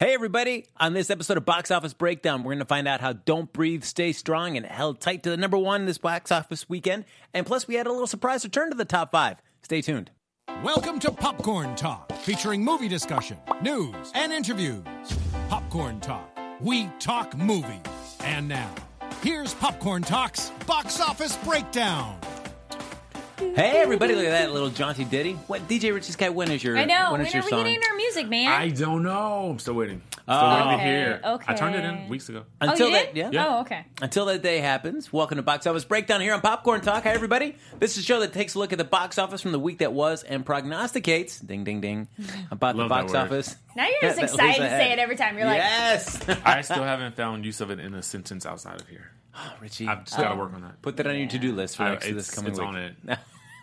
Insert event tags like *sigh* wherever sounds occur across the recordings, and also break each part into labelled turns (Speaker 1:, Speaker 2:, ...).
Speaker 1: Hey, everybody. On this episode of Box Office Breakdown, we're going to find out how Don't Breathe, Stay Strong and held tight to the number one this box office weekend. And plus, we had a little surprise return to the top five. Stay tuned.
Speaker 2: Welcome to Popcorn Talk, featuring movie discussion, news, and interviews. Popcorn Talk, we talk movies. And now, here's Popcorn Talk's box office breakdown.
Speaker 1: Hey, everybody. Look at that little jaunty ditty. What DJ Rich's Guy, when is your,
Speaker 3: I know.
Speaker 1: when
Speaker 3: When
Speaker 1: is your
Speaker 3: are we
Speaker 1: song?
Speaker 3: getting our music, man?
Speaker 4: I don't know. I'm still waiting. Still
Speaker 1: Oh.
Speaker 4: waiting to
Speaker 3: Okay,
Speaker 4: hear. I turned it
Speaker 3: okay.
Speaker 4: in weeks ago.
Speaker 3: oh,
Speaker 1: Until
Speaker 3: you
Speaker 1: that-
Speaker 3: did?
Speaker 1: yeah.
Speaker 3: Oh, okay.
Speaker 1: Until that day happens, welcome to Box Office Breakdown here on Popcorn Talk. Hi, everybody. This is a show that takes a look at the box office from the week that was and prognosticates, ding, ding, ding, about the
Speaker 4: Love that
Speaker 1: box
Speaker 4: word.
Speaker 1: office.
Speaker 3: Now you're
Speaker 1: *laughs*
Speaker 3: just
Speaker 1: That- that was
Speaker 3: excited to
Speaker 1: ahead.
Speaker 3: say it every time. You're like,
Speaker 1: Yes! *laughs*
Speaker 4: I still haven't found use of it in a sentence outside of here.
Speaker 1: Richie,
Speaker 4: I've just got
Speaker 3: Oh.
Speaker 4: to work on that.
Speaker 1: put that on your to do list for
Speaker 4: I-
Speaker 1: next to this
Speaker 4: it's
Speaker 1: coming
Speaker 4: it's
Speaker 1: week.
Speaker 4: on it.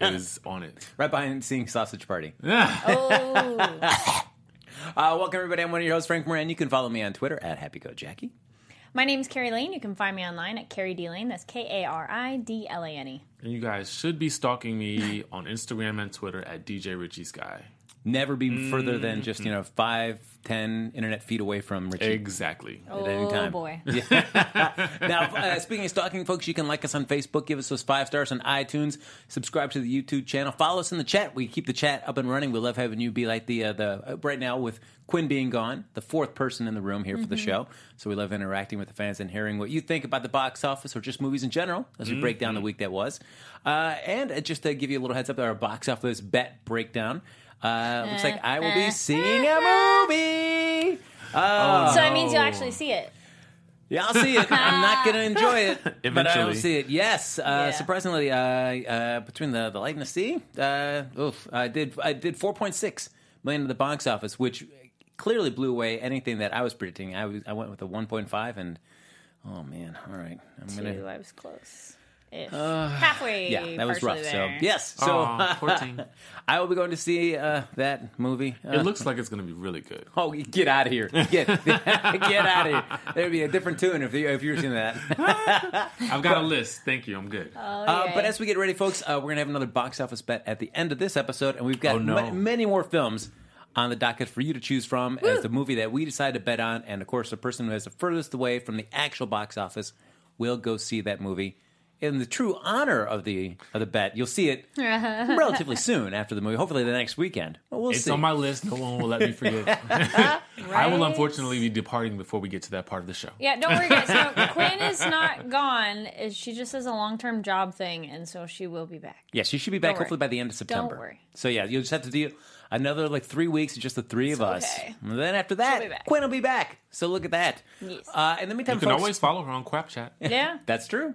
Speaker 4: it is on it.
Speaker 1: *laughs* Right behind seeing Sausage Party.
Speaker 3: oh.
Speaker 1: Uh, welcome, everybody. I'm one of your hosts, Frank Moran. You can follow me on Twitter at HappyGoJackie.
Speaker 3: My name's Carrie Lane. You can find me online at Carrie D Lane. That's K A R I D L A N E.
Speaker 4: *laughs* And you guys should be stalking me on Instagram and Twitter at DJ Richie Sky.
Speaker 1: Never be further than just, you know, five, ten internet feet away from Richie.
Speaker 4: Mm. Exactly.
Speaker 3: Oh
Speaker 1: any time.
Speaker 3: boy.
Speaker 1: *laughs* Now, uh, speaking of stalking, folks, you can like us on Facebook, give us those five stars on iTunes, subscribe to the YouTube channel, follow us in the chat. We keep the chat up and running. We love having you be like the uh, the uh, right now with Quinn being gone, the fourth person in the room here for
Speaker 3: Mm-hmm.
Speaker 1: the show. So we love interacting with the fans and hearing what you think about the box office or just movies in general as we break
Speaker 3: Mm-hmm.
Speaker 1: down the week that was. Uh, and uh, just to give you a little heads up, our box office bet breakdown. Uh, looks like I will
Speaker 3: *laughs*
Speaker 1: be seeing a movie. Oh.
Speaker 3: So that means you'll actually see it.
Speaker 1: Yeah, I'll see it. I'm not
Speaker 3: *laughs*
Speaker 1: going to enjoy it, but I will
Speaker 4: Eventually.
Speaker 1: see it. Yes, uh,
Speaker 3: Yeah.
Speaker 1: surprisingly, uh, uh, between the the light and the sea, uh, oof, I did I did 4.6 million at the box office, which clearly blew away anything that I was predicting. I was I went with a 1.5, and oh man, all right, I'm
Speaker 3: Two,
Speaker 1: gonna
Speaker 3: I was close. Ish. Halfway.
Speaker 1: Uh, yeah, that was
Speaker 3: partially
Speaker 1: rough.
Speaker 3: There.
Speaker 1: So yes, so
Speaker 4: Aw, 14.
Speaker 1: I will be going to see uh, that movie. Uh,
Speaker 4: it looks like it's going to be really good.
Speaker 1: *laughs* Oh, get out of here! Get *laughs* get out of here! There'd be a different tune if you if you were seeing that. *laughs*
Speaker 4: I've got a list. Thank you. I'm good.
Speaker 3: Oh,
Speaker 1: Uh,
Speaker 3: yay.
Speaker 1: but as we get ready, folks, uh, we're going to have another box office bet at the end of this episode, and we've got
Speaker 4: Oh, no.
Speaker 1: ma- many more films on the docket for you to choose from as the movie that we decide to bet on. And of course, the person who has the furthest away from the actual box office will go see that movie. In the true honor of the of the bet, you'll see
Speaker 4: *laughs*
Speaker 1: it relatively soon after the movie. Hopefully, the next weekend. But we'll
Speaker 4: it's
Speaker 1: see.
Speaker 4: on my list. No one will let
Speaker 3: *laughs*
Speaker 4: me forget. I will unfortunately be departing before we get to that part of the show.
Speaker 3: Yeah, don't worry,
Speaker 1: *laughs*
Speaker 3: guys. No, Quinn is not gone. Is- She just has a long term job thing, and so she will be back.
Speaker 1: Yes, you should be back
Speaker 3: Don't worry.
Speaker 1: hopefully by the end of September.
Speaker 3: worry.
Speaker 1: So yeah, you'll just have to do another like three weeks, of just the three of us.
Speaker 3: okay.
Speaker 1: And then after that,
Speaker 3: She'll be back.
Speaker 1: Quinn will be back. So look at that.
Speaker 3: Yes.
Speaker 1: Uh, in the meantime,
Speaker 4: You can
Speaker 1: folks,
Speaker 4: always follow her on Quap Chat.
Speaker 3: Yeah.
Speaker 1: that's true.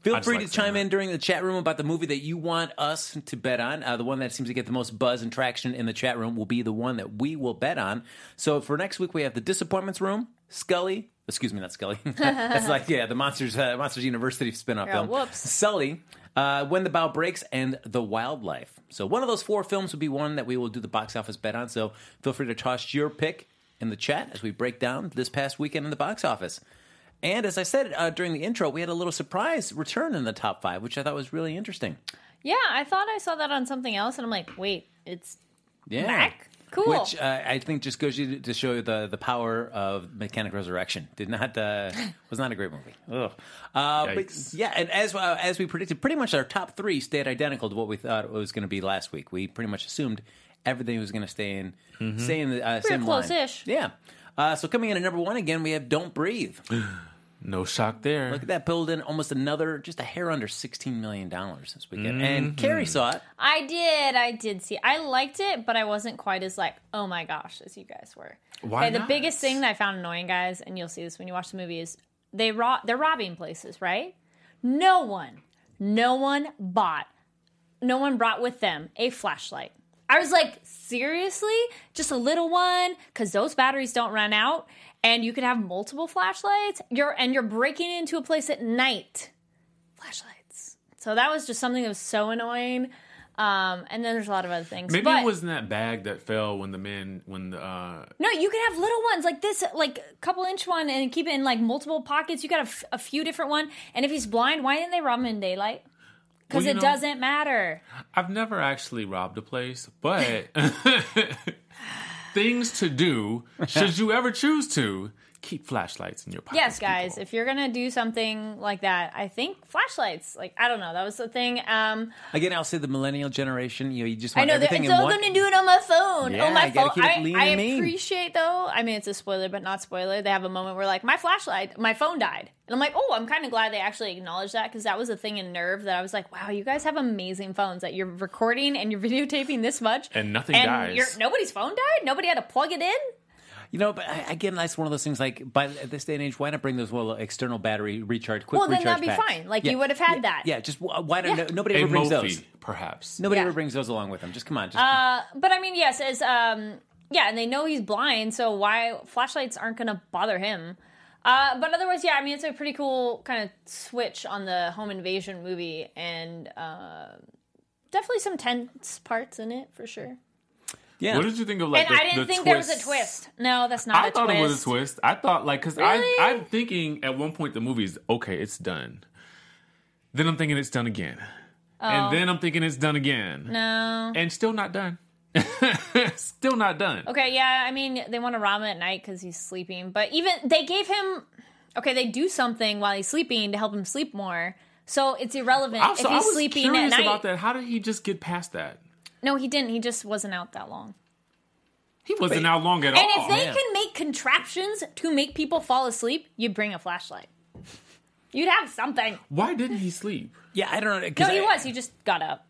Speaker 1: Feel
Speaker 4: I just
Speaker 1: free
Speaker 4: like
Speaker 1: to
Speaker 4: saying
Speaker 1: chime
Speaker 4: that.
Speaker 1: in during the chat room about the movie that you want us to bet on. Uh, the one that seems to get the most buzz and traction in the chat room will be the one that we will bet on. So for next week, we have the disappointments room, Scully. Excuse me, not Scully. *laughs* That's like yeah, the monsters, uh, Monsters University spinoff
Speaker 3: Yeah,
Speaker 1: film.
Speaker 3: whoops.
Speaker 1: Sully, uh, When the Bow Breaks, and The Wildlife. So one of those four films will be one that we will do the box office bet on. So feel free to toss your pick in the chat as we break down this past weekend in the box office. And as I said uh, during the intro, we had a little surprise return in the top five, which I thought was really interesting.
Speaker 3: Yeah, I thought I saw that on something else, and I'm like, wait, it's
Speaker 1: Yeah.
Speaker 3: Mac? Cool.
Speaker 1: Which uh, I think just goes you to- to show you the, the power of Mechanic Resurrection. Did not
Speaker 3: *laughs*
Speaker 1: uh, was not a great movie. Ugh. Uh, but
Speaker 4: Yikes.
Speaker 1: yeah, and as uh, as we predicted, pretty much our top three stayed identical to what we thought it was going to be last week. We pretty much assumed everything was going to stay in stay in the uh, same line.
Speaker 3: Mm-hmm. close-ish.
Speaker 1: Yeah. Uh, so coming in at number one again, we have "Don't
Speaker 3: *gasps*
Speaker 1: Breathe."
Speaker 4: No shock there.
Speaker 1: Look at that, pulled in almost another, just a hair under sixteen million dollars this weekend. And
Speaker 3: Mm-hmm.
Speaker 1: Carrie saw it.
Speaker 3: I did. I did see. I liked it, but I wasn't quite as like, oh my gosh, as you guys were.
Speaker 4: Why
Speaker 3: Okay, the
Speaker 4: not?
Speaker 3: biggest thing that I found annoying, guys, and you'll see this when you watch the movie, is they ro- they're robbing places, right? No one, no one bought, no one brought with them a flashlight. I was like, seriously? Just a little one? Because those batteries don't run out. And you could have multiple flashlights. You're and you're breaking into a place at night. Flashlights. So that was just something that was so annoying. Um, and then there's a lot of other things.
Speaker 4: Maybe
Speaker 3: but,
Speaker 4: it wasn't that bag that fell when the man when the uh,
Speaker 3: no, you can have little ones like this, like a couple inch one, and keep it in like multiple pockets. You got a, f- a few different one. And if he's blind, why didn't they rob him in daylight? Because
Speaker 4: Well, you
Speaker 3: it
Speaker 4: know-
Speaker 3: doesn't matter.
Speaker 4: I've never actually robbed a place, but *laughs* things to do should you ever choose to keep flashlights in your pockets.
Speaker 3: Yes, guys,
Speaker 4: people.
Speaker 3: if you're gonna do something like that, I think flashlights. Like I don't know, that was the thing. Um,
Speaker 1: Again, I'll say the millennial generation. You know, you just
Speaker 3: I
Speaker 1: want
Speaker 3: know that
Speaker 1: everything
Speaker 3: it's
Speaker 1: in
Speaker 3: all
Speaker 1: one.
Speaker 3: gonna do it on my phone.
Speaker 1: Yeah,
Speaker 3: oh my
Speaker 1: you gotta
Speaker 3: phone!
Speaker 1: keep it lean
Speaker 3: I, I
Speaker 1: and mean.
Speaker 3: appreciate though. I mean, it's a spoiler, but not spoiler. They have a moment where like my flashlight, my phone died, and I'm like, oh, I'm kind of glad they actually acknowledged that because that was a thing in Nerve that I was like, wow, you guys have amazing phones that you're recording and you're *laughs* videotaping this much,
Speaker 4: And nothing dies.
Speaker 3: your- nobody's phone died. Nobody had to plug it in.
Speaker 1: you know, but I, again, that's one of those things. Like by at this day and age, why not bring those little external battery recharge quick?
Speaker 3: Well, then
Speaker 1: recharge
Speaker 3: that'd be
Speaker 1: packs?
Speaker 3: fine. Like,
Speaker 1: Yeah,
Speaker 3: you would have had
Speaker 1: yeah,
Speaker 3: that.
Speaker 1: Yeah, just wh- why don't
Speaker 3: Yeah.
Speaker 1: nobody
Speaker 4: a
Speaker 1: ever brings those?
Speaker 4: Mophie, perhaps.
Speaker 1: Nobody
Speaker 3: Yeah. Uh,
Speaker 1: ever brings those along with them. Just come on, just
Speaker 3: But I mean, yes, as um, yeah, and they know he's blind, so why flashlights aren't gonna bother him. Uh, but otherwise, yeah, I mean, it's a pretty cool kind of switch on the home invasion movie, and uh, definitely some tense parts in it for sure.
Speaker 1: yeah.
Speaker 4: What did you think of like
Speaker 3: and
Speaker 4: the,
Speaker 3: I didn't
Speaker 4: the
Speaker 3: think there
Speaker 4: twist?
Speaker 3: was a twist. No, that's not.
Speaker 4: I
Speaker 3: a
Speaker 4: thought
Speaker 3: twist.
Speaker 4: it was a twist. I thought like because
Speaker 3: Really?
Speaker 4: I I'm thinking at one point the movie's okay, it's done. Then I'm thinking it's done again,
Speaker 3: Oh.
Speaker 4: and then I'm thinking it's done again,
Speaker 3: No.
Speaker 4: and still not done. *laughs* still not done.
Speaker 3: Okay, yeah, I mean, they want to rob him at night because he's sleeping. But even they gave him. Okay, they do something while he's sleeping to help him sleep more. So it's irrelevant
Speaker 4: I'm
Speaker 3: if
Speaker 4: so- I
Speaker 3: he's
Speaker 4: was
Speaker 3: sleeping at
Speaker 4: curious
Speaker 3: night.
Speaker 4: about that. How did he just get past that?
Speaker 3: No, he didn't. He just wasn't out that long.
Speaker 4: He wasn't out long at
Speaker 3: And
Speaker 4: all.
Speaker 3: if they
Speaker 1: Oh, man.
Speaker 3: can make contraptions to make people fall asleep, you'd bring a flashlight. You'd have something.
Speaker 4: Why didn't he sleep?
Speaker 1: yeah, I don't know. 'cause
Speaker 3: No, he
Speaker 1: I-
Speaker 3: was. He just got up.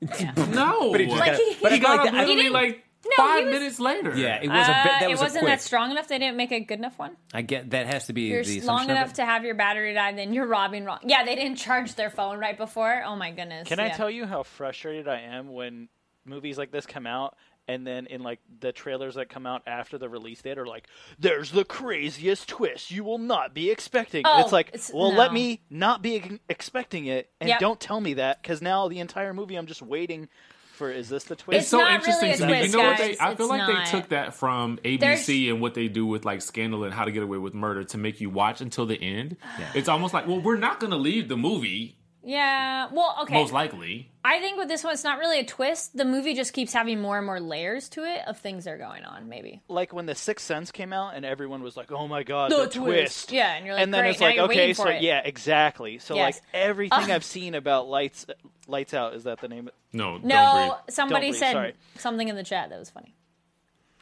Speaker 4: No, but he,
Speaker 1: just
Speaker 3: Like,
Speaker 1: got-
Speaker 3: he-
Speaker 1: but I
Speaker 3: he
Speaker 1: feel
Speaker 4: got
Speaker 1: like
Speaker 4: up
Speaker 1: the- I-
Speaker 3: he
Speaker 4: literally
Speaker 3: didn't-
Speaker 4: like
Speaker 3: No, he
Speaker 4: five
Speaker 3: was-
Speaker 4: minutes later.
Speaker 1: Yeah, it was a bit.
Speaker 3: Uh,
Speaker 1: That
Speaker 3: it
Speaker 1: was
Speaker 3: wasn't
Speaker 1: a quick.
Speaker 3: that strong enough. They didn't make a good enough one.
Speaker 1: I get that has to be
Speaker 3: You're
Speaker 1: the
Speaker 3: s- long
Speaker 1: assumption of
Speaker 3: enough
Speaker 1: it.
Speaker 3: to have your battery die, then you're robbing wrong. Yeah, they didn't charge their phone right before. Oh my goodness.
Speaker 5: Can I tell you how frustrated I am when movies like this come out? And then in like the trailers that come out after the release date are like, "There's the craziest twist you will not be expecting."
Speaker 3: Oh,
Speaker 5: it's like,
Speaker 3: it's-
Speaker 5: well,
Speaker 3: no.
Speaker 5: let me not be ex- expecting it, and
Speaker 3: Yep.
Speaker 5: don't tell me that because now the entire movie I'm just waiting for. Is this the twist?
Speaker 4: It's, so
Speaker 3: not
Speaker 4: interesting
Speaker 3: really a
Speaker 4: to me. You
Speaker 3: twist,
Speaker 4: know what they?
Speaker 3: guys.
Speaker 4: I feel
Speaker 3: It's
Speaker 4: like
Speaker 3: not.
Speaker 4: they took that from ABC
Speaker 3: There's-
Speaker 4: and what they do with like Scandal and How to Get Away with Murder to make you watch until the end. It's almost like, well, we're not going to leave the movie
Speaker 3: Yeah. Well, okay.
Speaker 4: most likely.
Speaker 3: I think with this one, it's not really a twist. The movie just keeps having more and more layers to it of things that are going on, maybe.
Speaker 5: like when the Sixth Sense came out, and everyone was like, "Oh my god,
Speaker 3: The
Speaker 5: the,
Speaker 3: twist."
Speaker 5: twist.
Speaker 3: Yeah, and you're like,
Speaker 5: then
Speaker 3: "Great,
Speaker 5: it's
Speaker 3: now
Speaker 5: like,
Speaker 3: you're
Speaker 5: okay,
Speaker 3: waiting
Speaker 5: so
Speaker 3: for it."
Speaker 5: yeah, exactly. So
Speaker 3: Yes.
Speaker 5: like everything I've seen about lights, lights out is that the name?
Speaker 4: No, don't
Speaker 3: No,
Speaker 4: breathe.
Speaker 3: somebody
Speaker 5: Don't breathe,
Speaker 3: said
Speaker 5: sorry.
Speaker 3: something in the chat that was funny.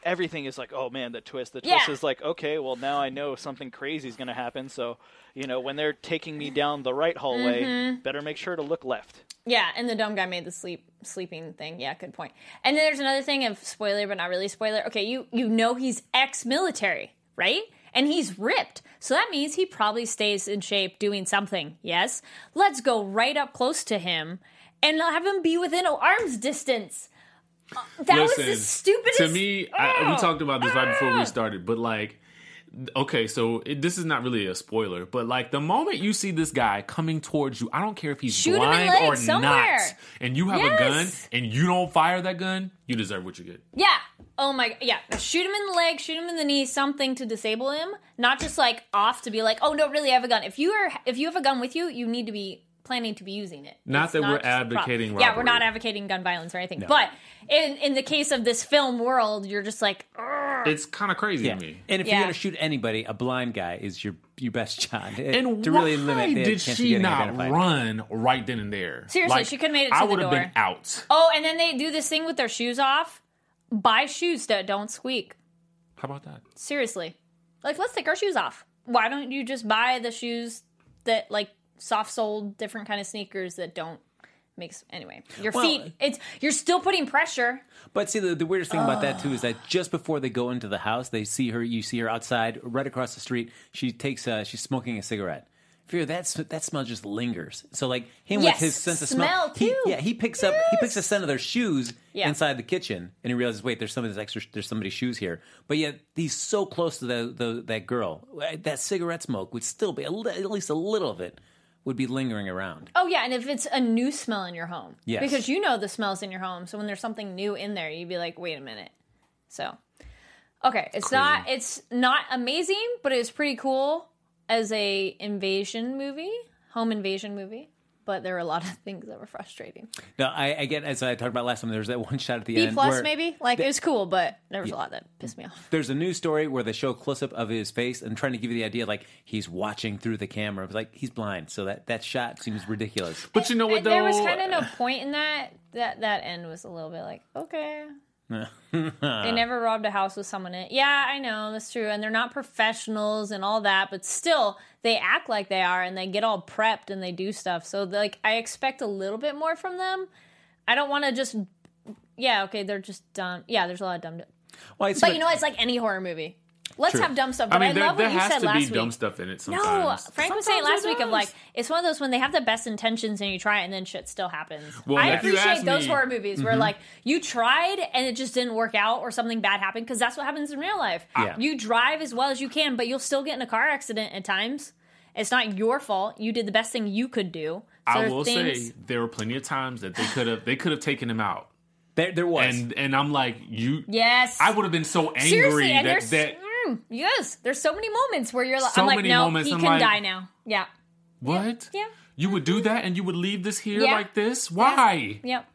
Speaker 5: Everything is like, oh man, the twist. The
Speaker 3: Yeah.
Speaker 5: twist is like, okay, well now I know something crazy is gonna happen. So you know when they're taking me down the right hallway,
Speaker 3: Mm-hmm.
Speaker 5: better make sure to look left.
Speaker 3: Yeah, and the dumb guy made the sleep sleeping thing. Yeah, good point. And then there's another thing of spoiler, but not really spoiler. Okay, you you know he's ex-military, right? And he's ripped, so that means he probably stays in shape doing something. Yes, let's go right up close to him and have him be within arm's distance. Uh, That
Speaker 4: Listen,
Speaker 3: was the stupidest.
Speaker 4: To me, I, we
Speaker 3: Oh!
Speaker 4: talked about this right before
Speaker 3: Ah!
Speaker 4: we started, but like, okay, so it, this is not really a spoiler, but like the moment you see this guy coming towards you, I don't care if he's
Speaker 3: Shoot him in
Speaker 4: blind
Speaker 3: the leg
Speaker 4: or
Speaker 3: somewhere.
Speaker 4: not, and you have a gun
Speaker 3: Yes.
Speaker 4: and you don't fire that gun, you deserve what you get.
Speaker 3: Yeah. Oh my. Yeah. Shoot him in the leg. Shoot him in the knee. Something to disable him. Not just like off to be like, oh no, really, I have a gun. If you are, if you have a gun with you, you need to be planning to be using it.
Speaker 4: Not that we're
Speaker 3: just a prop.
Speaker 4: advocating
Speaker 3: Yeah, we're not
Speaker 4: robbery.
Speaker 3: advocating gun violence or anything. But in in the case of this film world, you're just like,
Speaker 4: It's kind of crazy
Speaker 1: Yeah.
Speaker 4: to me.
Speaker 1: And if
Speaker 3: Yeah.
Speaker 1: you're gonna shoot anybody, a blind guy is your your best shot.
Speaker 4: And
Speaker 1: to
Speaker 4: why
Speaker 1: really limit the
Speaker 4: did
Speaker 1: chance of
Speaker 4: she
Speaker 1: getting
Speaker 4: not
Speaker 1: identified.
Speaker 4: run right then and there?
Speaker 3: Seriously, she could've made it to
Speaker 4: I
Speaker 3: the
Speaker 4: would have been
Speaker 3: door.
Speaker 4: out.
Speaker 3: oh, and then they do this thing with their shoes off. Buy shoes that don't squeak.
Speaker 4: How about that?
Speaker 3: Seriously, like let's take our shoes off. Why don't you just buy the shoes that like soft soled different kind of sneakers that don't makes anyway your
Speaker 1: Well-
Speaker 3: feet it's you're still putting pressure
Speaker 1: But see, the, the weirdest thing about that too is
Speaker 3: Ah.
Speaker 1: that just before they go into the house, they see her. You see her outside, right across the street. She takes. Uh, she's smoking a cigarette. Fear that s- that smell just lingers. So like him
Speaker 3: Yes,
Speaker 1: with his sense of
Speaker 3: smell,
Speaker 1: smell, he-
Speaker 3: too.
Speaker 1: yeah, he picks up he picks the scent of their shoes
Speaker 3: Yeah.
Speaker 1: inside the kitchen, and he realizes, wait, there's somebody's extra, there's somebody's shoes here. But yet he's so close to the, the that girl. That cigarette smoke would still be a li- at least a little of it would be lingering around.
Speaker 3: Oh yeah, and if it's a new smell in your home,
Speaker 1: Yes.
Speaker 3: because you know the smells in your home, so when there's something new in there, you'd be like, wait a minute. So, okay, it's not it's not amazing, but it's pretty cool as a invasion movie, home invasion movie. But there were a lot of things that were frustrating.
Speaker 1: Now, I again, as I talked about last time, there was that *laughs* one shot at the
Speaker 3: B
Speaker 1: end
Speaker 3: plus
Speaker 1: where-
Speaker 3: maybe like it was cool, but there was a lot that pissed me off.
Speaker 1: there's a news story where they show a close up of his face and trying to give you the idea like he's watching through the camera. It's like he's blind, so that that shot seems ridiculous.
Speaker 4: But you know what
Speaker 3: And
Speaker 4: though? uh,
Speaker 3: there was kind of no point in that. That that end was a little bit like
Speaker 4: *laughs*
Speaker 3: okay. they never robbed a house with someone in it. Yeah, I know that's true, and they're not professionals and all that, but still they act like they are, and they get all prepped and they do stuff. So like I expect a little bit more from them. I don't want to just yeah okay they're just dumb. Yeah, there's a lot of dumb.
Speaker 1: Well, it's
Speaker 3: But you know what? it's like any horror movie. Let's
Speaker 4: True.
Speaker 3: have dumb stuff. But
Speaker 4: I
Speaker 3: I,
Speaker 4: mean, there,
Speaker 3: love
Speaker 4: there
Speaker 3: what you
Speaker 4: has
Speaker 3: said
Speaker 4: to
Speaker 3: last
Speaker 4: be
Speaker 3: week.
Speaker 4: dumb stuff in it
Speaker 3: No,
Speaker 4: sometimes.
Speaker 3: Frank was saying last week of like it's one of those when they have the best intentions and you try it and then shit still happens.
Speaker 4: Well,
Speaker 3: I
Speaker 4: if you
Speaker 3: appreciate those
Speaker 4: ask me- Mm-hmm.
Speaker 3: horror movies where like you tried and it just didn't work out or something bad happened because that's what happens in real life.
Speaker 1: Yeah.
Speaker 3: You drive as well as you can, but you'll still get in a car accident at times. It's not your fault. You did the best thing you could do. So
Speaker 4: I
Speaker 3: there's
Speaker 4: will
Speaker 3: things-
Speaker 4: say there were plenty of times that they could have they could have taken him out,
Speaker 1: there, there was.
Speaker 4: and and I'm like you.
Speaker 3: yes.
Speaker 4: I would have been so angry
Speaker 3: seriously, and
Speaker 4: that
Speaker 3: there's
Speaker 4: that
Speaker 3: mm, yes, there's so many moments where you're like,
Speaker 4: So
Speaker 3: I'm like,
Speaker 4: many
Speaker 3: no,
Speaker 4: moments,
Speaker 3: he
Speaker 4: I'm
Speaker 3: can
Speaker 4: like-
Speaker 3: die now. Yeah,
Speaker 4: what
Speaker 3: yeah.
Speaker 4: you would do that and you would leave this here
Speaker 3: Yeah.
Speaker 4: like this. Why?
Speaker 3: yep.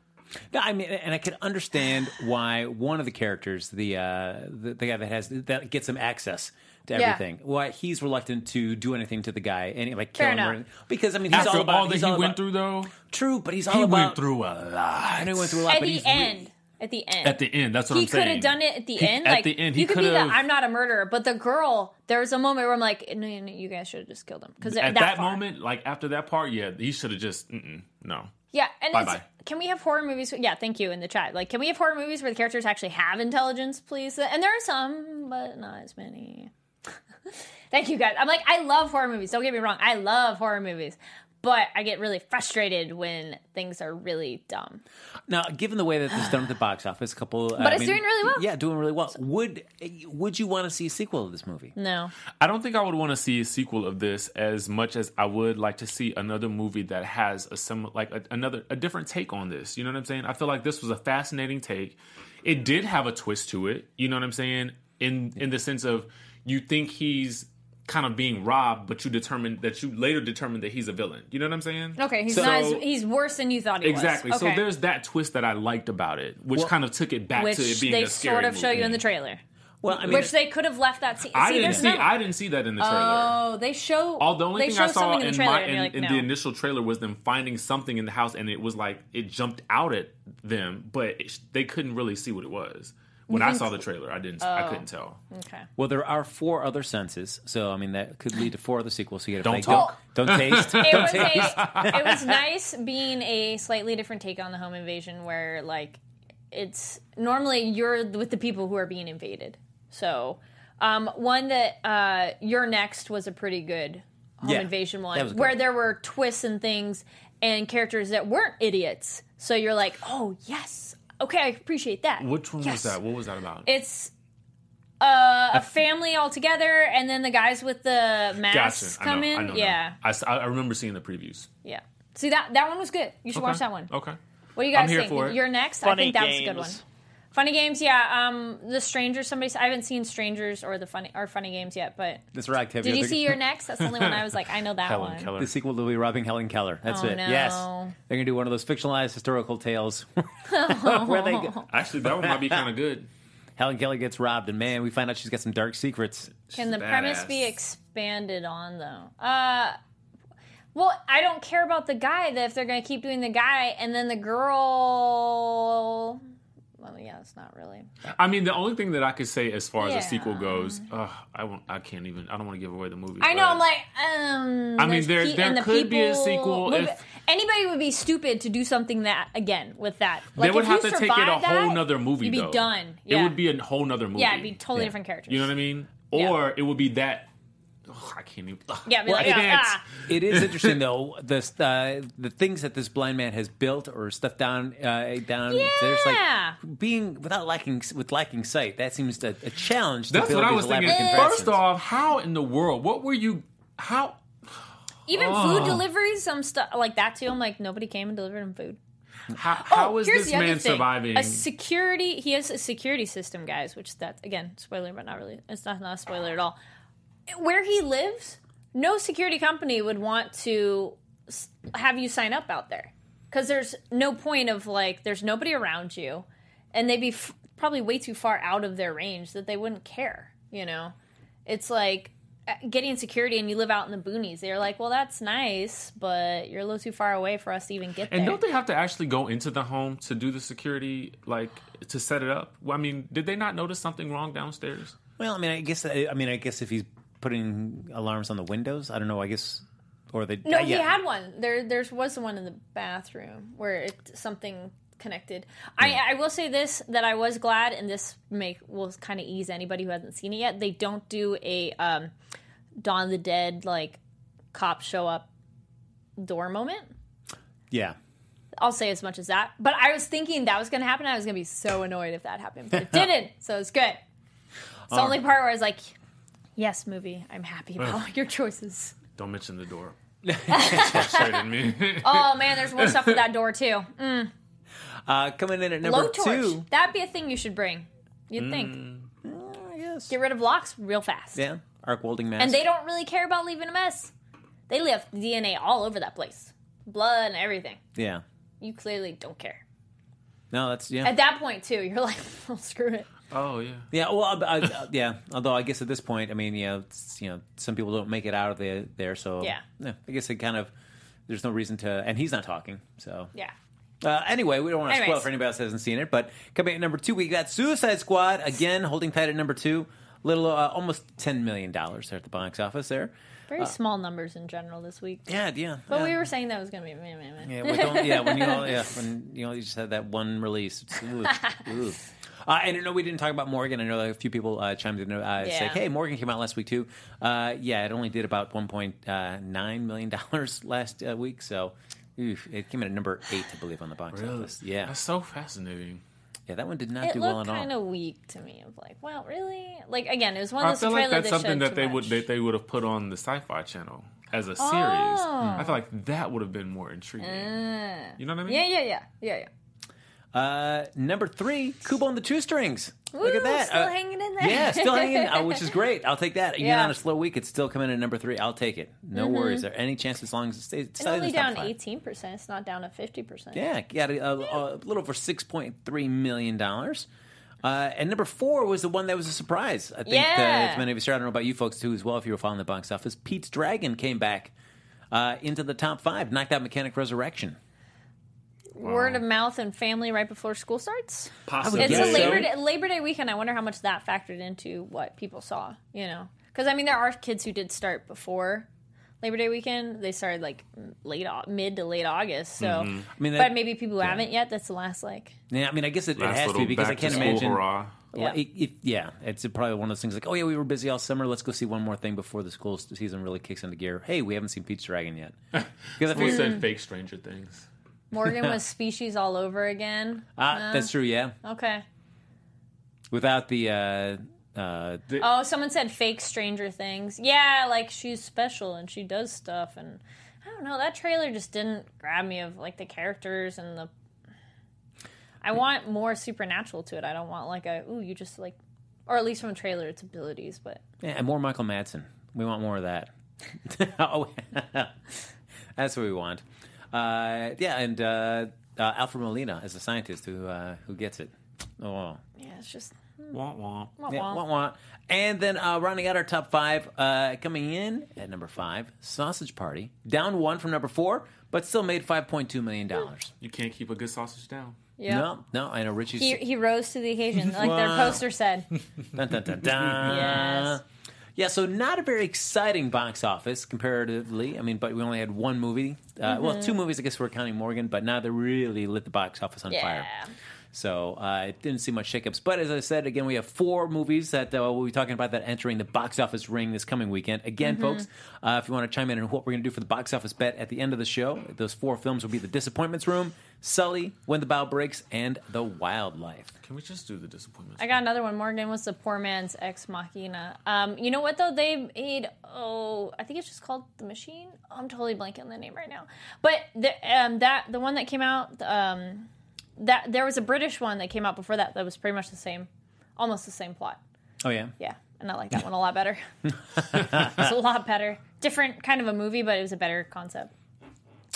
Speaker 1: No, I mean, and I could understand why one of the characters, the uh, the, the guy that has that gets him access to
Speaker 3: Yeah.
Speaker 1: everything, why he's reluctant to do anything to the guy and like kill
Speaker 3: Fair
Speaker 1: him or
Speaker 3: enough.
Speaker 1: anything. because I mean he's
Speaker 4: After
Speaker 1: all
Speaker 4: all,
Speaker 1: about
Speaker 4: that
Speaker 1: he's
Speaker 4: he
Speaker 1: all
Speaker 4: went
Speaker 1: about-
Speaker 4: through though,
Speaker 1: True, but he's all
Speaker 4: he
Speaker 1: about
Speaker 4: went through a lot.
Speaker 1: I know he went through a lot,
Speaker 3: At
Speaker 1: but
Speaker 3: the
Speaker 1: he's re-
Speaker 3: end, at the end,
Speaker 4: At the end, that's what
Speaker 3: he
Speaker 4: I'm saying.
Speaker 3: could have done it at the
Speaker 4: He-
Speaker 3: end.
Speaker 4: at
Speaker 3: Like
Speaker 4: the end, he
Speaker 3: you could be
Speaker 4: could've-
Speaker 3: the I'm not a murderer, but the girl. There was a moment where I'm like, no, no, no, you guys should have just killed him because
Speaker 4: At that, moment, like after that part, yeah, he should have just mm-mm, no.
Speaker 3: yeah. And it's,
Speaker 4: Bye-bye.
Speaker 3: can we have horror movies? Yeah, thank you in the chat. Like, can we have horror movies where the characters actually have intelligence, please? And there are some, but not as many. *laughs* thank you guys. I'm like, I love horror movies. Don't get me wrong, I love horror movies. But I get really frustrated when things are really dumb.
Speaker 1: Now, given the way that this is
Speaker 3: *sighs*
Speaker 1: done at the box office, a couple, but
Speaker 3: it's doing really well.
Speaker 1: Yeah, doing really well. Would would you want to see a sequel to this movie?
Speaker 3: No.
Speaker 4: I don't think I would want to see a sequel of this as much as I would like to see another movie that has a some like a, another a different take on this. You know what I'm saying? I feel like this was a fascinating take. It did have a twist to it. You know what I'm saying? In in the sense of you think he's kind of being robbed, but you determine that you later determine that he's a villain. You know what I'm saying?
Speaker 3: Okay, he's
Speaker 4: So-
Speaker 3: not. As, he's worse than you thought he
Speaker 4: Exactly.
Speaker 3: was.
Speaker 4: So there's that twist that I liked about it, which kind of took it back
Speaker 3: which
Speaker 4: to it being
Speaker 3: they
Speaker 4: a scary
Speaker 3: sort of show
Speaker 4: movie.
Speaker 3: you in the trailer.
Speaker 1: Well, I mean,
Speaker 3: Which they could have left that scene.
Speaker 4: I
Speaker 3: see,
Speaker 4: didn't
Speaker 3: there's
Speaker 4: see.
Speaker 3: no-
Speaker 4: I didn't see that in the trailer.
Speaker 3: oh, they show.
Speaker 4: All the only
Speaker 3: they
Speaker 4: thing
Speaker 3: show
Speaker 4: I saw
Speaker 3: something in
Speaker 4: in,
Speaker 3: the trailer,
Speaker 4: my
Speaker 3: and
Speaker 4: in,
Speaker 3: you're like,
Speaker 4: in
Speaker 3: no.
Speaker 4: the initial trailer was them finding something in the house, and it was like it jumped out at them, but it, they couldn't really see what it was. When I saw the trailer, I didn't. I couldn't tell.
Speaker 3: Oh. okay.
Speaker 1: well, there are four other senses, so I mean that could lead to four other sequels. So you got to
Speaker 4: Don't talk.
Speaker 1: don't,
Speaker 4: *laughs*
Speaker 1: don't taste,
Speaker 3: It
Speaker 1: don't
Speaker 3: was,
Speaker 1: taste.
Speaker 3: a, it was nice being a slightly different take on the home invasion, where like it's normally you're with the people who are being invaded. So, um, one that uh, your next was a pretty good home
Speaker 1: Yeah,
Speaker 3: invasion
Speaker 1: that
Speaker 3: one,
Speaker 1: was good.
Speaker 3: where there were twists and things and characters that weren't idiots. So you're like, oh yes, okay, I appreciate that.
Speaker 4: Which one
Speaker 3: Yes.
Speaker 4: was that? What was that about?
Speaker 3: It's uh, a family all together, and then the guys with the masks
Speaker 4: I
Speaker 3: come
Speaker 4: know,
Speaker 3: in.
Speaker 4: I know,
Speaker 3: yeah,
Speaker 4: I, s- I- I remember seeing the previews.
Speaker 3: yeah. See that that one was good. You should watch
Speaker 4: Okay.
Speaker 3: that one.
Speaker 4: Okay.
Speaker 3: What do you guys
Speaker 4: I'm here
Speaker 3: think?
Speaker 4: for it.
Speaker 3: You're next. I
Speaker 5: Funny
Speaker 3: think that was a good one.
Speaker 5: games.
Speaker 3: Funny games, yeah. Um, the strangers. Somebody, I haven't seen strangers or the funny or funny games yet, but
Speaker 1: That's right. Kev,
Speaker 3: did
Speaker 1: you're
Speaker 3: you
Speaker 1: the-
Speaker 3: see your next? That's the only one I was like, I
Speaker 4: *laughs*
Speaker 3: know that
Speaker 4: Helen
Speaker 3: one.
Speaker 4: Keller.
Speaker 1: The sequel will be robbing Helen Keller. That's
Speaker 3: Oh,
Speaker 1: it.
Speaker 3: no.
Speaker 1: Yes, they're gonna do one of those fictionalized historical tales *laughs* where they
Speaker 3: *laughs*
Speaker 1: go.
Speaker 4: Actually, that one might be kind of good.
Speaker 1: Helen Keller gets robbed, and man, we find out she's got some dark
Speaker 3: *laughs*
Speaker 1: secrets.
Speaker 3: Can the
Speaker 4: She's
Speaker 3: premise
Speaker 4: badass.
Speaker 3: be expanded on though? Uh, well, I don't care about the guy. That if they're gonna keep doing the guy, and then the girl. Well, yeah, it's not really.
Speaker 4: I mean, the only thing that I could say as far as
Speaker 3: Yeah.
Speaker 4: a sequel goes, uh, I won't. I can't even. I don't want to give away the movie.
Speaker 3: I know.
Speaker 4: but-
Speaker 3: I'm like, um.
Speaker 4: I mean,
Speaker 3: there's
Speaker 4: there-
Speaker 3: Pete
Speaker 4: there
Speaker 3: and the
Speaker 4: could be a
Speaker 3: people-
Speaker 4: sequel
Speaker 3: would-
Speaker 4: if-
Speaker 3: anybody would be stupid to do something that again with that.
Speaker 4: they
Speaker 3: Like,
Speaker 4: would
Speaker 3: if
Speaker 4: have
Speaker 3: you
Speaker 4: to take it a
Speaker 3: survive
Speaker 4: whole
Speaker 3: that,
Speaker 4: nother movie.
Speaker 3: You'd be
Speaker 4: though.
Speaker 3: done. Yeah.
Speaker 4: It would be a whole nother movie.
Speaker 3: Yeah, it'd be totally different characters.
Speaker 4: You know what I mean?
Speaker 3: Yeah.
Speaker 4: Or it would be that ugh, I can't even.
Speaker 3: Yeah, I'd be like,
Speaker 4: I
Speaker 3: ah,
Speaker 4: can't.
Speaker 3: ah.
Speaker 1: It is interesting though the uh, the things that this blind man has built or stuff down uh, down there's
Speaker 3: Yeah.
Speaker 1: like being without lacking with lacking sight that seems a, a challenge. To
Speaker 4: That's
Speaker 1: build
Speaker 4: what I
Speaker 1: these
Speaker 4: was thinking.
Speaker 1: elaborate
Speaker 4: First
Speaker 1: comparisons.
Speaker 4: off, how in the world? What were you? How?
Speaker 3: Even food deliveries, some stuff like that too. I'm like, nobody came and delivered him food.
Speaker 4: How,
Speaker 3: Oh,
Speaker 4: how is this man surviving?
Speaker 3: A security, he has a security system, guys. Which that's again spoiler, but not really. It's not not a spoiler at all. Where he lives, no security company would want to s- have you sign up out there because there's no point of like there's nobody around you, and they'd be f- probably way too far out of their range that they wouldn't care. You know, it's like uh, getting security and you live out in the boonies. They're like, well, that's nice, but you're a little too far away for us to even get there.
Speaker 4: and don't they have to actually go into the home to do the security, like to set it up? Well, I mean, did they not notice something wrong downstairs?
Speaker 1: Well, I mean, I guess uh, I mean, I guess if he's putting alarms on the windows, I don't know. I guess or they
Speaker 3: No,
Speaker 1: uh, yeah.
Speaker 3: he had one. There, there was one in the bathroom where it, something connected. I, I will say this that I was glad, and this make will kind of ease anybody who hasn't seen it yet. They don't do a um, Dawn of the Dead like cop show up door moment.
Speaker 1: yeah.
Speaker 3: I'll say as much as that. But I was thinking that was going to happen. I was going to be so annoyed if that happened, but
Speaker 1: *laughs*
Speaker 3: it didn't. So it's good. It's the only part where I was like, "Yes, movie, I'm happy about your choices."
Speaker 1: *laughs*
Speaker 4: Don't mention
Speaker 3: *laughs*
Speaker 4: the door. That's frustrating me.
Speaker 3: Oh man, there's more stuff with that door too. Mm.
Speaker 1: Uh, coming in at number
Speaker 3: Low torch.
Speaker 1: two, Hmm.
Speaker 3: That'd be a thing you should bring. You'd think.
Speaker 1: I guess.
Speaker 3: Get rid of locks real fast.
Speaker 1: Yeah, arc welding mask.
Speaker 3: And they don't really care about leaving a mess. They left DNA all over that place. Blood and everything.
Speaker 1: yeah.
Speaker 3: You clearly don't care.
Speaker 1: No, that's yeah.
Speaker 3: At that point too, you're like, *laughs* well, screw it.
Speaker 4: *laughs* oh yeah.
Speaker 1: Yeah, well, I, I, *laughs* yeah. Although I guess at this point, I mean, yeah, it's, you know, some people don't make it out of the, there, so
Speaker 3: Yeah.
Speaker 1: I guess it kind of there's no reason to, and he's not talking, so
Speaker 3: Yeah.
Speaker 1: Uh, anyway, we don't want to spoil
Speaker 3: Anyways.
Speaker 1: for anybody else that hasn't seen it. But coming in at number two, we got Suicide Squad again, holding tight at number two. Little, uh, almost ten million dollars there at the box office. There,
Speaker 3: Very small numbers in general this week.
Speaker 1: Uh. yeah, yeah.
Speaker 3: But
Speaker 1: yeah.
Speaker 3: we were saying that was gonna be meh, meh, meh.
Speaker 1: Yeah, we don't, yeah, when you all, yeah, when you all, you just had that one release. It's, ooh,
Speaker 3: *laughs*
Speaker 1: ooh. Uh, and I know we didn't talk about Morgan. I know that a few people uh, chimed in uh, and said,
Speaker 3: Yeah.
Speaker 1: "Hey, Morgan came out last week too." Uh, yeah, it only did about one point uh, nine million dollars *laughs* last uh, week, so oof, it came in at number eight, I believe, on the box office. Yeah,
Speaker 4: That's so fascinating.
Speaker 1: yeah, that one did not
Speaker 3: It
Speaker 1: do well
Speaker 3: looked
Speaker 1: at all.
Speaker 3: kind of weak to me. Of like, well, really? Like again, it was one
Speaker 4: I
Speaker 3: of those
Speaker 4: feel like
Speaker 3: trailer
Speaker 4: that's something
Speaker 3: showed
Speaker 4: that
Speaker 3: too
Speaker 4: they
Speaker 3: much.
Speaker 4: would that they would have put on the Sci-Fi Channel as a series.
Speaker 3: Oh. Uh.
Speaker 4: I feel like that would have been more intriguing. you know what I mean?
Speaker 3: Yeah, yeah, yeah, yeah, yeah.
Speaker 1: Uh, number three, Kubo and the Two Strings. Look
Speaker 3: Woo,
Speaker 1: at that.
Speaker 3: still
Speaker 1: Uh,
Speaker 3: hanging in there.
Speaker 1: Yeah, still
Speaker 3: *laughs*
Speaker 1: hanging, uh, which is great. I'll take that. Even
Speaker 3: Yeah. Mm-hmm.
Speaker 1: on a slow week, it's still coming in at number three. I'll take it. No worries there. Any chance as long as it stays, it
Speaker 3: It's
Speaker 1: stays in
Speaker 3: only
Speaker 1: the top
Speaker 3: down
Speaker 1: five.
Speaker 3: eighteen percent. It's not down at fifty percent.
Speaker 1: Yeah, got a, a, a little over six point three million dollars. Uh, and number four was the one that was a surprise. I think
Speaker 3: Yeah.
Speaker 1: uh, to many of us here, I don't know about you folks too as well. If you were following the box office, Pete's Dragon came back uh, into the top five, knocked out Mechanic Resurrection.
Speaker 3: Word of mouth and family right before school starts.
Speaker 4: Possibly.
Speaker 3: It's
Speaker 1: guess
Speaker 3: a
Speaker 1: so.
Speaker 3: Labor Day, Labor Day weekend. I wonder how much that factored into what people saw. You know, because I mean, there are kids who did start before Labor Day weekend. They started like m- late, au- mid to late August. So,
Speaker 1: Mm-hmm. mean, that-
Speaker 3: but maybe people who haven't yet. That's the last like.
Speaker 1: Yeah, I mean, I guess it, it
Speaker 4: Last
Speaker 1: has to be
Speaker 4: little
Speaker 1: because I
Speaker 4: back to
Speaker 1: can't
Speaker 4: school
Speaker 1: imagine.
Speaker 4: Hurrah.
Speaker 1: Yeah.
Speaker 3: Yeah.
Speaker 1: it, it, yeah, it's probably one of those things like, oh yeah, we were busy all summer. Let's go see one more thing before the school s- season really kicks into gear. Hey, we haven't seen Peach Dragon
Speaker 4: *laughs*
Speaker 1: yet. Because I
Speaker 4: We
Speaker 1: figured,
Speaker 4: said fake Stranger Things.
Speaker 1: *laughs*
Speaker 3: Morgan was species all over again.
Speaker 1: ah, that's true. Yeah,
Speaker 3: Okay.
Speaker 1: without the uh, uh,
Speaker 3: Oh, someone said fake Stranger Things. Yeah, like she's special and she does stuff, and I don't know. That trailer just didn't grab me of like the characters and the. I want more supernatural to it. I don't want like a ooh, you just like, or at least from a trailer, it's abilities. But
Speaker 1: yeah, and more Michael Madsen. We want more of that. *laughs* oh, *laughs* that's what we want. Uh, yeah, and uh, uh, Alfred Molina as a scientist who uh, who gets it. Oh.
Speaker 3: yeah, it's just
Speaker 4: Womp womp.
Speaker 1: Yeah, wah, wah. And then uh, rounding out our top five, uh, coming in at number five, Sausage Party, down one from number four, but still made five point two million dollars.
Speaker 4: You can't keep a good sausage down.
Speaker 3: yeah.
Speaker 1: No, no, I know Richie's.
Speaker 3: He he rose to the occasion, like their
Speaker 1: Wow.
Speaker 3: poster
Speaker 1: *laughs*
Speaker 3: said.
Speaker 1: Dun, dun, dun, dun.
Speaker 3: Yes.
Speaker 1: Yeah, so not a very exciting box office comparatively. I mean, but we only had one
Speaker 3: Mm-hmm.
Speaker 1: movie. Uh, Well, two movies, I guess we're counting Morgan, but neither really lit the box office on
Speaker 3: Yeah.
Speaker 1: fire. So uh, it didn't see much shakeups. But as I said, again, we have four movies that uh, we'll be talking about that entering the box office ring this coming weekend. Again, folks, uh, if you want to chime in on what we're going to do for the box office bet at the end of the show, those four films will be The Disappointments Room, Sully, When the Bow Breaks, and The Wildlife.
Speaker 4: Can we just do the disappointments?
Speaker 3: I got another one. Morgan was the poor man's ex machina. Um, you know what though? They made oh, I think it's just called the machine. Oh, I'm totally blanking on the name right now. But the, um, that the one that came out, um, that there was a British one that came out before that that was pretty much the same, almost the same plot.
Speaker 1: Oh, yeah?
Speaker 3: Yeah, and I like that one a lot better. *laughs* it's a lot better, different kind of a movie, but it was a better concept.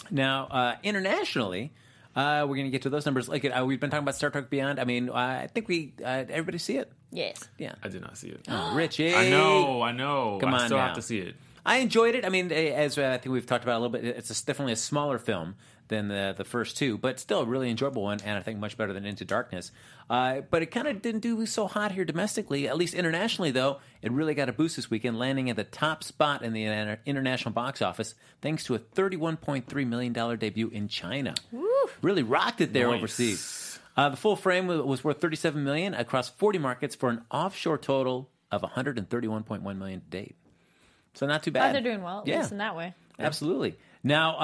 Speaker 1: Now, uh, internationally, uh, we're going to get to those numbers. Like uh, we've been talking about Star Trek Beyond. I mean, uh, I think we uh, everybody see it.
Speaker 3: Yes.
Speaker 4: I did not see
Speaker 3: *gasps*
Speaker 4: it.
Speaker 1: Richie,
Speaker 4: I know, I know.
Speaker 1: Come
Speaker 4: I
Speaker 1: on
Speaker 4: still
Speaker 1: now.
Speaker 4: have to see it.
Speaker 1: I enjoyed it. I mean, eh, as uh, I think we've talked about a little bit, it's a, definitely a smaller film than the the first two, but still a really enjoyable one, and I think much better than Into Darkness. Uh, but it kind of didn't do so hot here domestically, at least internationally. Though it really got a boost this weekend, landing at the top spot in the inter- international box office thanks to a thirty one point three million dollar debut in China. Really rocked it there
Speaker 4: Nice.
Speaker 1: overseas. Uh, the full frame wa- was worth 37 million across 40 markets for an offshore total of 131.1 million to date. So not too bad.
Speaker 3: They're doing well, at
Speaker 1: yeah,
Speaker 3: least in that way.
Speaker 1: absolutely. Now,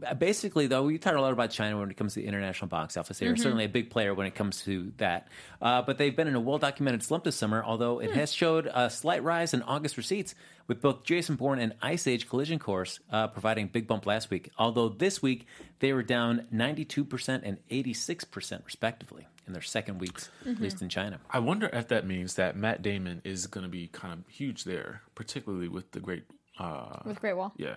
Speaker 1: uh, basically, though, we talked a lot about China when it comes to the international box office. They're
Speaker 3: Mm-hmm.
Speaker 1: certainly a big player when it comes to that. Uh, but they've been in a well documented slump this summer, although
Speaker 3: Hmm.
Speaker 1: it has showed a slight rise in August receipts, with both Jason Bourne and Ice Age Collision Course uh, providing a big bump last week. Although this week, they were down 92% and 86%, respectively, in their second weeks, at
Speaker 3: Mm-hmm.
Speaker 1: least in China.
Speaker 4: I wonder if that means that Matt Damon is going to be kind of huge there, particularly with the great. Uh,
Speaker 3: With Great Wall.
Speaker 4: yeah,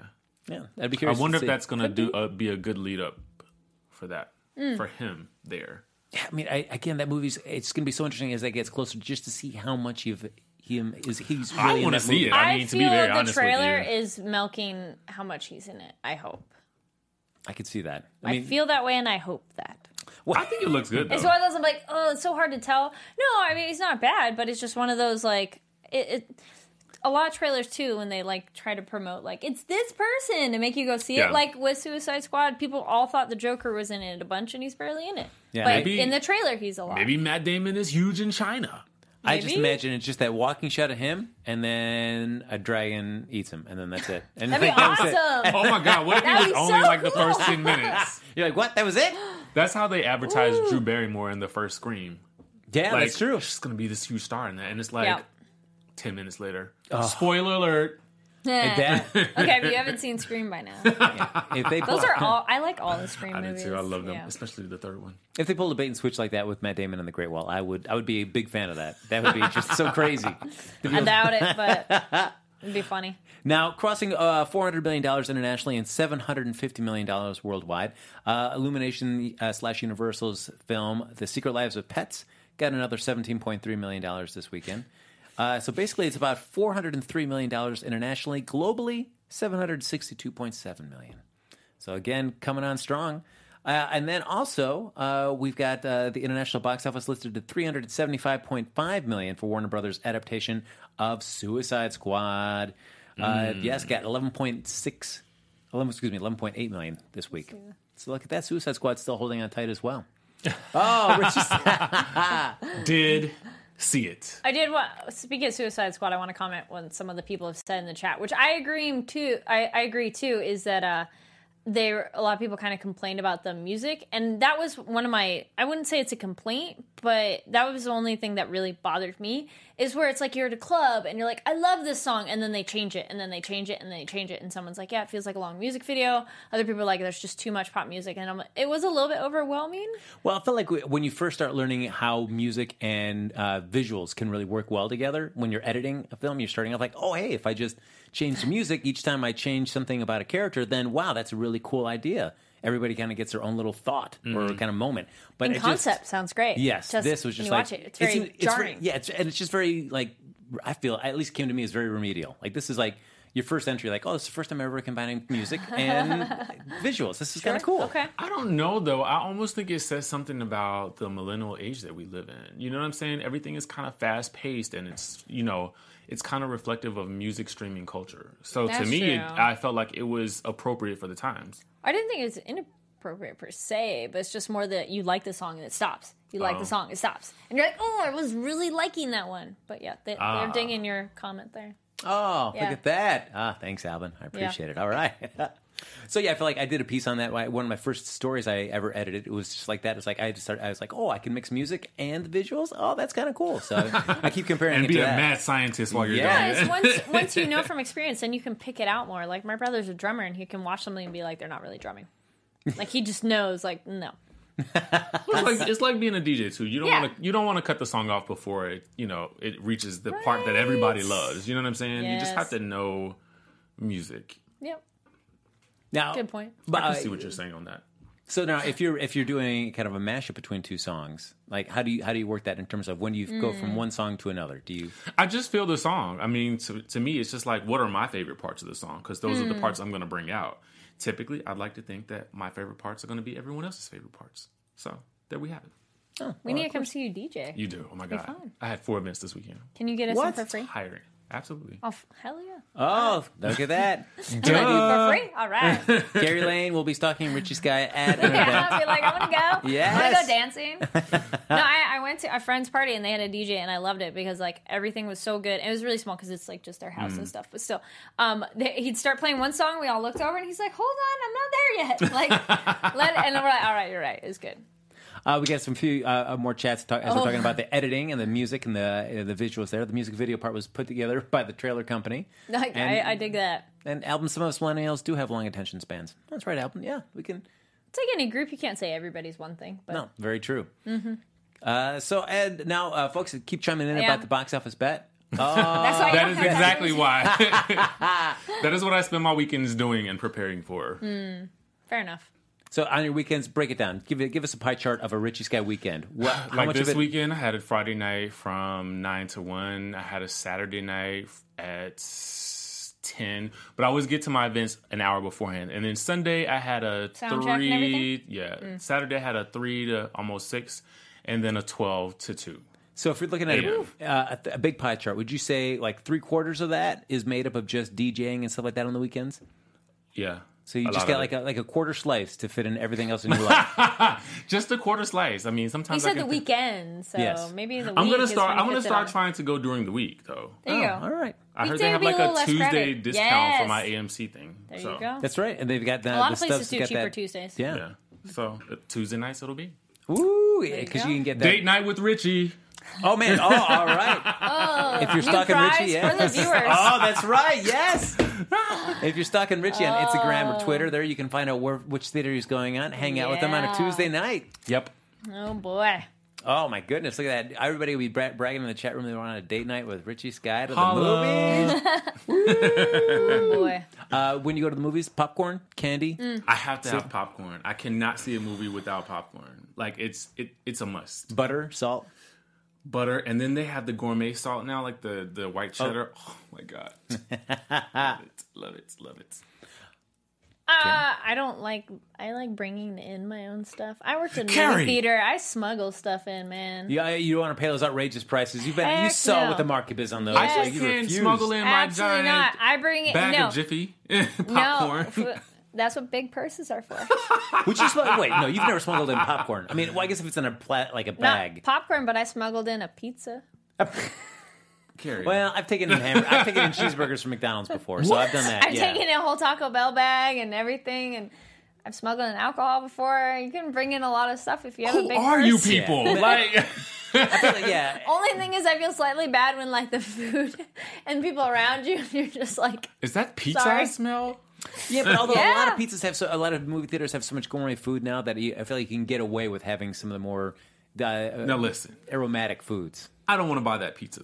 Speaker 1: Yeah, I'd be
Speaker 4: I
Speaker 1: curious.
Speaker 4: wonder
Speaker 1: to see.
Speaker 4: if that's going to do uh, be a good lead up for that for him there.
Speaker 1: I mean, I, again, that movie's it's going to be so interesting as that gets closer, just to see how much of him is he's. Really
Speaker 4: I
Speaker 1: want to
Speaker 4: see it. I,
Speaker 3: I,
Speaker 4: mean, to
Speaker 3: feel
Speaker 4: be very
Speaker 3: the
Speaker 4: honest
Speaker 3: trailer
Speaker 4: with you,
Speaker 3: is milking how much he's in it. I hope.
Speaker 1: I could see that. I
Speaker 3: I,
Speaker 1: mean,
Speaker 3: feel that way, and I hope that.
Speaker 4: I think it looks good. Though.
Speaker 3: It's one of those I'm like, oh, it's so hard to tell. No, I mean he's not bad, but it's just one of those like it. it a lot of trailers too, when they like try to promote like it's this person to make you go see
Speaker 4: Yeah.
Speaker 3: it. Like with Suicide Squad, people all thought the Joker was in it a bunch, and he's barely in it.
Speaker 1: Yeah,
Speaker 3: but
Speaker 4: maybe-
Speaker 3: in the trailer, he's a lot.
Speaker 4: Maybe Matt Damon is huge in China.
Speaker 1: I just
Speaker 3: maybe.
Speaker 1: imagine it's just that walking shot of him, and then a dragon eats him, and then that's it. And
Speaker 3: That'd
Speaker 1: *laughs*
Speaker 3: be
Speaker 4: *laughs*
Speaker 1: that was it.
Speaker 3: awesome.
Speaker 4: Oh my God! What if
Speaker 3: That'd
Speaker 4: it was
Speaker 3: be
Speaker 4: only
Speaker 3: so
Speaker 4: like the
Speaker 3: cool.
Speaker 4: first ten minutes?
Speaker 1: You're like, what? That was it?
Speaker 4: That's how they advertised Drew Barrymore in the first Scream.
Speaker 1: Yeah,
Speaker 4: like,
Speaker 1: that's
Speaker 3: *laughs*
Speaker 1: true.
Speaker 4: She's gonna be this huge star in that, and it's like
Speaker 3: Yeah.
Speaker 4: ten minutes later. Spoiler alert!
Speaker 1: And that-
Speaker 3: okay, if you haven't seen Scream by now,
Speaker 1: if they pull,
Speaker 3: those are all. I like all the Scream
Speaker 4: *laughs* I did
Speaker 3: movies.
Speaker 4: too. I love them,
Speaker 3: Yeah.
Speaker 4: especially the third one.
Speaker 1: if they pulled a bait and switch like that with Matt Damon and the Great Wall, I would I would be a big fan of that. That would be just so crazy.
Speaker 3: I doubt it, but
Speaker 4: *laughs*
Speaker 3: it'd be funny.
Speaker 1: Now, crossing uh, $400 million internationally and $750 million worldwide, uh, Illumination uh, slash Universal's film, The Secret Lives of Pets, got another $17.3 million this weekend. Uh, so basically, it's about $403 million internationally. Globally, $762.7 million. So again, coming on strong. Uh, and then also, uh, we've got uh, the international box office listed at 375.5 million for Warner Brothers' adaptation of Suicide Squad. Uh, yes, got 11.6, 11, excuse me, 11.8 million this week. So look at that, Suicide Squad still holding on tight as well. oh, Richie,
Speaker 4: Did see it.
Speaker 3: I did want speaking of Suicide Squad, I want to comment on some of the people have said in the chat, which I agree too. I, I agree too is that uh, they were- a lot of people kind of complained about the music, and that was one of my. I wouldn't say it's a complaint, but that was the only thing that really bothered me is where it's like you're at a club and you're like, I love this song, and then they change it, and then they change it, and they change it, and someone's like, Yeah, it feels like a long music video. Other people are like, There's just too much pop music, and I'm. like- It was a little bit overwhelming.
Speaker 1: Well, I felt like when you first start learning how music and uh, visuals can really work well together, when you're editing a film, you're starting off like, oh, hey, if I just change the music each time I change something about a character, then wow, that's a really cool idea. Everybody kind of gets their own little thought or kind of moment. But
Speaker 3: And
Speaker 1: it just-
Speaker 3: concept sounds great.
Speaker 1: yes,
Speaker 3: Just
Speaker 1: this was just
Speaker 3: when you
Speaker 1: like
Speaker 3: watch it. It's very
Speaker 1: an-
Speaker 3: jarring.
Speaker 1: yeah, it's, and it's just very like I feel at least came to me as very remedial. Like this is like your first entry. Like oh, this is the first time ever combining music
Speaker 3: *laughs*
Speaker 1: and visuals. This is kind of cool.
Speaker 3: Okay.
Speaker 4: I don't know though. I almost think it says something about the millennial age that we live in. You know what I'm saying? Everything is kind of fast paced and it's, you know, it's kind of reflective of music streaming culture. So
Speaker 3: That's
Speaker 4: to me, it,
Speaker 3: true.
Speaker 4: I felt like it was appropriate for the times.
Speaker 3: I didn't think it was inappropriate per se, but it's just more that you like the song and it stops. You like
Speaker 1: Oh.
Speaker 3: the song, it stops, and you're like, "Oh, I was really liking that one." But yeah, they,
Speaker 1: Ah.
Speaker 3: they're dinging your comment there.
Speaker 1: Oh,
Speaker 3: Yeah.
Speaker 1: look at that. Ah, thanks, Alvin. I appreciate it. All right. *laughs* so yeah, I feel like I did a piece on that. One of my first stories I ever edited. It was just like that. It's like I just started, I was like, oh, I can mix music and visuals. Oh, that's kind of cool. So *laughs* I keep comparing
Speaker 4: and
Speaker 1: it
Speaker 4: be
Speaker 1: to
Speaker 4: a
Speaker 1: that.
Speaker 4: mad scientist while you're
Speaker 1: Yeah.
Speaker 4: doing it.
Speaker 3: Because
Speaker 1: *laughs*
Speaker 3: once once you know from experience, then you can pick it out more. Like my brother's a drummer, and he can watch something and be like, "They're not really drumming." Like he just knows, like no.
Speaker 4: It's like, it's like being a DJ too. You don't
Speaker 3: Yeah.
Speaker 4: want to you don't want to cut the song off before it you know it reaches the part that everybody loves. You know what I'm saying? You just
Speaker 3: Yes.
Speaker 4: have to know music.
Speaker 3: Yep.
Speaker 1: Now,
Speaker 3: Good point.
Speaker 1: But
Speaker 4: I
Speaker 1: uh,
Speaker 4: can see what you're saying on that.
Speaker 1: so now, if you're if you're doing kind of a mashup between two songs, like how do you how do you work that in terms of when do you go from
Speaker 3: Mm.
Speaker 1: one song to another? Do you
Speaker 4: I just feel the song. I mean, to, to me, it's just like what are my favorite parts of the song? Because those
Speaker 3: Hmm.
Speaker 4: are the parts I'm going to bring out. Typically, I'd like to think that my favorite parts are going to be everyone else's favorite parts. So there we have it.
Speaker 1: oh,
Speaker 3: We need to come see you DJ.
Speaker 4: You do. Oh my god, I had four events this weekend.
Speaker 3: Can you get us
Speaker 1: What?
Speaker 3: in for free?
Speaker 4: Hiring, absolutely.
Speaker 3: Oh, f- hell yeah.
Speaker 1: Oh, look at
Speaker 4: *laughs*
Speaker 1: that.
Speaker 3: *laughs* for free?
Speaker 1: *laughs*
Speaker 3: All right.
Speaker 1: Gary Lane will be stalking Richie's guy at an event.
Speaker 3: yeah, *laughs* I'll be like, I want to go. I want to
Speaker 1: Yes. *laughs*
Speaker 3: go dancing. no, I, I went to a friend's party and they had a DJ and I loved it because like everything was so good. It was really small because it's like just their house
Speaker 1: Mm.
Speaker 3: and stuff, but still, um, they, he'd start playing one song. We all looked over and he's like, "Hold on, I'm not there yet." *laughs* Like, let, and then we're like, "All right, you're right. It's good." *laughs*
Speaker 1: Uh, we got some few uh, uh, more chats to talk, as we're
Speaker 3: Oh.
Speaker 1: talking about the editing and the music and the uh, the visuals. There, the music video part was put together by the trailer company.
Speaker 3: Like,
Speaker 1: And-
Speaker 3: I, I dig that.
Speaker 1: And Alvin, some of us millennials do have long attention spans. That's right, Alvin. Yeah, we can.
Speaker 3: It's like any group. You can't say everybody's one thing, but
Speaker 1: No, very true. Mm-hmm. Uh, so, Ed, now uh, folks, keep chiming in
Speaker 3: Yeah.
Speaker 1: about the box office bet.
Speaker 3: that's why I
Speaker 4: Oh, That
Speaker 3: don't
Speaker 4: is
Speaker 3: have time.
Speaker 4: exactly why.
Speaker 3: *laughs*
Speaker 4: *laughs* that is what I spend my weekends doing and preparing for.
Speaker 3: Fair enough.
Speaker 1: So, on your weekends, break it down. Give it, give us a pie chart of a Richie Sky weekend.
Speaker 4: *sighs*
Speaker 1: What? How
Speaker 4: like
Speaker 1: much
Speaker 4: this
Speaker 1: of it?
Speaker 4: weekend, I had a Friday night from nine to one. I had a Saturday night at s- ten. But I always get to my events an hour beforehand. And then Sunday, I had a
Speaker 3: Sound check and
Speaker 4: three.
Speaker 3: everything? Mm.
Speaker 4: Yeah, Saturday I had a three to almost six, and then a twelve to two.
Speaker 1: so, if you're looking at a, uh, a big pie chart, would you say like three quarters of that is made up of just DJing and stuff like that on the weekends?
Speaker 4: Yeah.
Speaker 1: So you just
Speaker 4: lot
Speaker 1: got
Speaker 4: of
Speaker 1: like
Speaker 4: it.
Speaker 1: a, like a quarter slice to fit in everything else in your life.
Speaker 3: *laughs*
Speaker 4: just a quarter slice. I mean,
Speaker 3: You
Speaker 4: sometimes I
Speaker 3: said
Speaker 4: can
Speaker 3: the
Speaker 4: think-
Speaker 3: weekend, so
Speaker 1: Yes.
Speaker 3: maybe the week.
Speaker 4: I'm gonna
Speaker 3: is when
Speaker 4: start.
Speaker 3: you
Speaker 4: I'm gonna
Speaker 3: fits it
Speaker 4: start
Speaker 3: on.
Speaker 4: trying to go during the week though.
Speaker 3: There you
Speaker 1: Oh,
Speaker 3: go.
Speaker 1: all right.
Speaker 4: I heard
Speaker 3: Weekday
Speaker 4: they
Speaker 3: would
Speaker 4: have
Speaker 3: be
Speaker 4: like
Speaker 3: a little
Speaker 4: a
Speaker 3: less
Speaker 4: Tuesday
Speaker 3: crowded.
Speaker 4: discount for
Speaker 3: Yes.
Speaker 4: my AMC thing.
Speaker 3: There
Speaker 4: so,
Speaker 3: you go.
Speaker 1: That's right, and they've got the,
Speaker 3: A lot
Speaker 1: the
Speaker 3: of places
Speaker 1: stuff's
Speaker 3: do
Speaker 1: got
Speaker 3: cheaper
Speaker 1: that-
Speaker 3: Tuesdays.
Speaker 1: Yeah.
Speaker 4: Yeah. So uh, Tuesday nights it'll be
Speaker 1: Ooh, because
Speaker 3: go.
Speaker 1: you can get that.
Speaker 4: date night with Richie.
Speaker 1: Oh man. Oh, all
Speaker 4: *laughs*
Speaker 1: right.
Speaker 3: Oh,
Speaker 1: If you're
Speaker 3: new
Speaker 1: stalking
Speaker 3: prize
Speaker 1: Richie, yeah.
Speaker 3: for the viewers.
Speaker 4: Ah.
Speaker 1: Oh, that's right.
Speaker 3: *laughs*
Speaker 1: Yes. if you're stalking Richie on Instagram or Twitter, there you can find out where which theater he's going on. Hang out with him on a
Speaker 3: Oh. Yeah.
Speaker 1: Tuesday night.
Speaker 4: Yep.
Speaker 3: Oh boy.
Speaker 1: Oh my goodness, look at that! Everybody will be bra- bragging in the chat room they were on a date night with Richie Sky to the
Speaker 4: Holla.
Speaker 1: movies.
Speaker 3: Oh boy.
Speaker 1: Uh, when you go to the movies, popcorn, candy.
Speaker 3: Mm.
Speaker 4: I have to have popcorn. I cannot see a movie without popcorn. Like it's it it's a must.
Speaker 1: Butter, salt.
Speaker 4: Butter, and then they have the gourmet salt now, like the the white cheddar. Oh, my *laughs* god, love it, love it, love it.
Speaker 3: Uh, I don't like. I like bringing in my own stuff. I worked in
Speaker 4: Carrie.
Speaker 3: movie theater. I smuggle stuff in, man.
Speaker 1: Yeah, you don't want to pay those outrageous prices. You've been you
Speaker 3: Heck
Speaker 1: saw
Speaker 3: no.
Speaker 1: what the market is on those.
Speaker 4: I
Speaker 1: Like,
Speaker 4: just
Speaker 1: you
Speaker 4: can't
Speaker 1: refuse.
Speaker 4: smuggle in my
Speaker 3: Absolutely
Speaker 4: giant
Speaker 3: not. I bring it.
Speaker 4: bag
Speaker 3: no.
Speaker 4: of Jiffy
Speaker 3: no.
Speaker 4: *laughs* popcorn. *laughs*
Speaker 3: F- That's what big purses are for.
Speaker 1: Would you smuggle? Wait, no, you've never smuggled in popcorn. I mean, well, I guess if it's in a pla- like a bag.
Speaker 3: Not popcorn, but I smuggled in a pizza.
Speaker 4: Carrie,
Speaker 1: well, I've taken in hamburger. I've taken in cheeseburgers from McDonald's before, so I've done that.
Speaker 3: I've
Speaker 1: yeah.
Speaker 3: taken a whole Taco Bell bag and everything, and I've smuggled in alcohol before. You can bring in a lot of stuff if you have a
Speaker 4: who
Speaker 3: big.
Speaker 4: are you
Speaker 3: purse.
Speaker 4: people?
Speaker 3: *laughs*
Speaker 4: Like,
Speaker 1: But yeah,
Speaker 3: Only thing is, I feel slightly bad when like the *laughs* food and people around you, and you're just like,
Speaker 4: is that pizza I
Speaker 3: Sorry.
Speaker 4: smell?
Speaker 1: yeah. But although a lot of
Speaker 3: Yeah.
Speaker 1: pizzas have so, a lot of movie theaters have so much gourmet food now that you, I feel like you can get away with having some of the more uh,
Speaker 4: Now listen,
Speaker 1: aromatic foods.
Speaker 4: I don't want to buy that pizza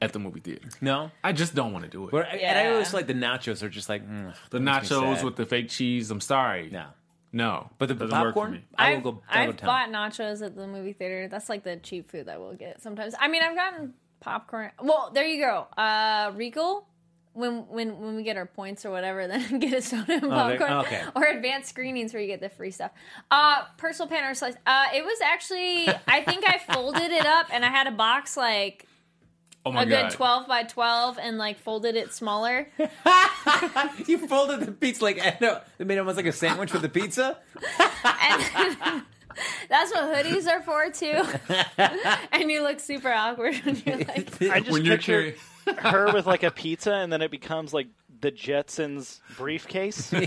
Speaker 4: at the movie theater.
Speaker 1: No.
Speaker 4: I just don't want to do it.
Speaker 1: But, And I
Speaker 3: Yeah.
Speaker 1: always feel like the nachos are just like mm,
Speaker 4: the
Speaker 1: makes me
Speaker 4: nachos
Speaker 1: sad.
Speaker 4: with the fake cheese. I'm sorry.
Speaker 1: no,
Speaker 4: No,
Speaker 1: but the
Speaker 4: Doesn't work for
Speaker 1: popcorn.
Speaker 4: me.
Speaker 1: I
Speaker 3: I've,
Speaker 1: will go. I will
Speaker 3: I've
Speaker 1: town.
Speaker 3: bought nachos at the movie theater. That's like the cheap food that we'll get sometimes. I mean, I've gotten popcorn. Well, there you go. Uh, Regal. When, when when we get our points or whatever, *laughs* then get a soda and
Speaker 1: Oh, there-
Speaker 3: popcorn
Speaker 1: okay.
Speaker 3: or advanced screenings where you get the free stuff. Uh, personal pan or slice. Uh, it was actually I think I folded it up and I had a box like
Speaker 1: *laughs*
Speaker 4: Oh my
Speaker 3: a
Speaker 4: god.
Speaker 3: good twelve by twelve and like folded it smaller.
Speaker 1: You folded the pizza like I know. They made it almost like a sandwich with the pizza.
Speaker 3: and That's what hoodies are for too. and you look super awkward when you're like,
Speaker 5: I just
Speaker 4: When you're
Speaker 5: picture
Speaker 4: *laughs*
Speaker 5: her with like a pizza, and then it becomes like the Jetsons
Speaker 4: *laughs*
Speaker 5: briefcase, and